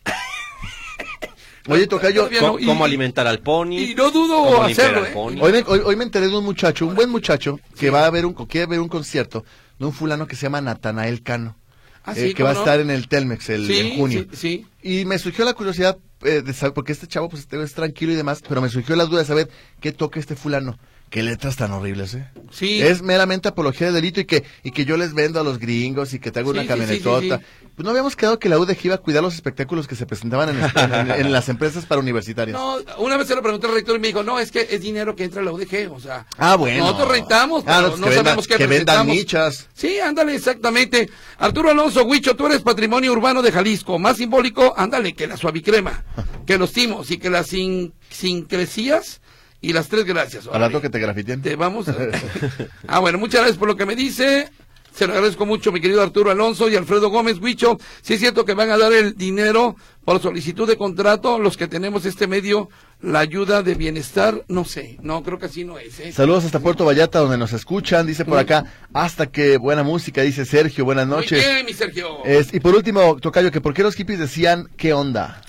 Speaker 4: Oye, Tocayo,
Speaker 3: Todavía
Speaker 2: ¿Cómo,
Speaker 3: no, y-
Speaker 2: cómo alimentar al pony?
Speaker 3: y no dudo
Speaker 2: ¿Cómo
Speaker 3: hacerlo,
Speaker 2: liberar
Speaker 3: ¿eh?
Speaker 2: pony?
Speaker 4: Hoy me, hoy- hoy me enteré de un muchacho, un buen muchacho, que va a ver un, quiere ver un concierto de un fulano que se llama Natanael Cano.
Speaker 3: Ah,
Speaker 4: eh,
Speaker 3: sí,
Speaker 4: que
Speaker 3: cómo
Speaker 4: va a
Speaker 3: no.
Speaker 4: estar en el Telmex el,
Speaker 3: Sí,
Speaker 4: en junio.
Speaker 3: sí,
Speaker 4: Y me surgió la curiosidad eh, de saber, porque este chavo pues, es tranquilo y demás, pero me surgió la duda de saber qué toca este fulano. Qué letras tan horribles, ¿eh?
Speaker 3: Sí.
Speaker 4: Es meramente apología de delito y que, y que yo les vendo a los gringos y que tengo
Speaker 3: Sí,
Speaker 4: una
Speaker 3: sí,
Speaker 4: camionetota.
Speaker 3: sí, sí, sí.
Speaker 4: Pues no habíamos quedado que la UDG iba a cuidar los espectáculos que se presentaban en, en- en- en las empresas para universitarias.
Speaker 3: *laughs* No, una vez se lo pregunté al rector y me dijo, no, es que es dinero que entra a la UDG, o sea.
Speaker 4: Ah, bueno.
Speaker 3: Nosotros rentamos,
Speaker 4: Ah,
Speaker 3: pero
Speaker 4: pues
Speaker 3: no
Speaker 4: que vendan-
Speaker 3: sabemos qué
Speaker 4: que vendan
Speaker 3: presentamos.
Speaker 4: michas.
Speaker 3: Sí, ándale, exactamente. Arturo Alonso, Huicho, tú eres patrimonio urbano de Jalisco. Más simbólico, ándale, que la suavicrema, que los timos y que las sin, sincresías y las tres gracias.
Speaker 4: Al rato que te grafiten.
Speaker 3: Te vamos. a- *laughs* ah, bueno, muchas gracias por lo que me dice. Se lo agradezco mucho, mi querido Arturo Alonso y Alfredo Gómez Huicho. Sí es cierto que van a dar el dinero por solicitud de contrato los que tenemos este medio, la ayuda de bienestar, no sé, no creo que así no es. ¿eh?
Speaker 4: Saludos hasta Puerto Vallarta, donde nos escuchan. Dice por acá, hasta que buena música, dice Sergio. Buenas
Speaker 3: Muy
Speaker 4: noches. Eh,
Speaker 3: bien, mi Sergio.
Speaker 4: Es- y por último, Tocayo, que por qué los hippies decían, ¿qué onda?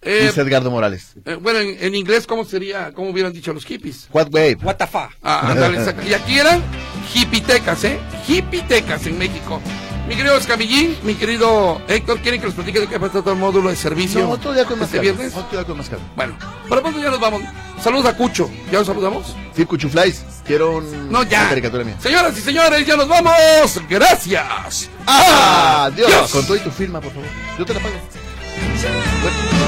Speaker 3: Eh,
Speaker 4: dice Edgardo Morales.
Speaker 3: eh, bueno, en, en inglés, ¿cómo sería, cómo hubieran dicho los hippies?
Speaker 4: What wave?
Speaker 2: What the fuck?
Speaker 4: *laughs*
Speaker 3: Ah, ándale, saca- y aquí eran hipitecas, ¿eh? Hipitecas en México. Mi querido Escamillín, mi querido Héctor, ¿quieren que les platique de qué pasa todo el módulo de servicio?
Speaker 4: No, otro día con más
Speaker 3: este
Speaker 4: calma,
Speaker 3: viernes?
Speaker 4: Otro día con más calma.
Speaker 3: Bueno, por lo pronto ya nos vamos. Saludos a Cucho. ¿Ya nos saludamos?
Speaker 4: Sí, Cuchuflies, quiero un-
Speaker 3: No, ya.
Speaker 4: una caricatura mía.
Speaker 3: Señoras y señores, ya nos vamos. Gracias.
Speaker 4: Adiós.
Speaker 3: Adiós.
Speaker 4: Con todo y tu firma, por favor. Yo te la pago.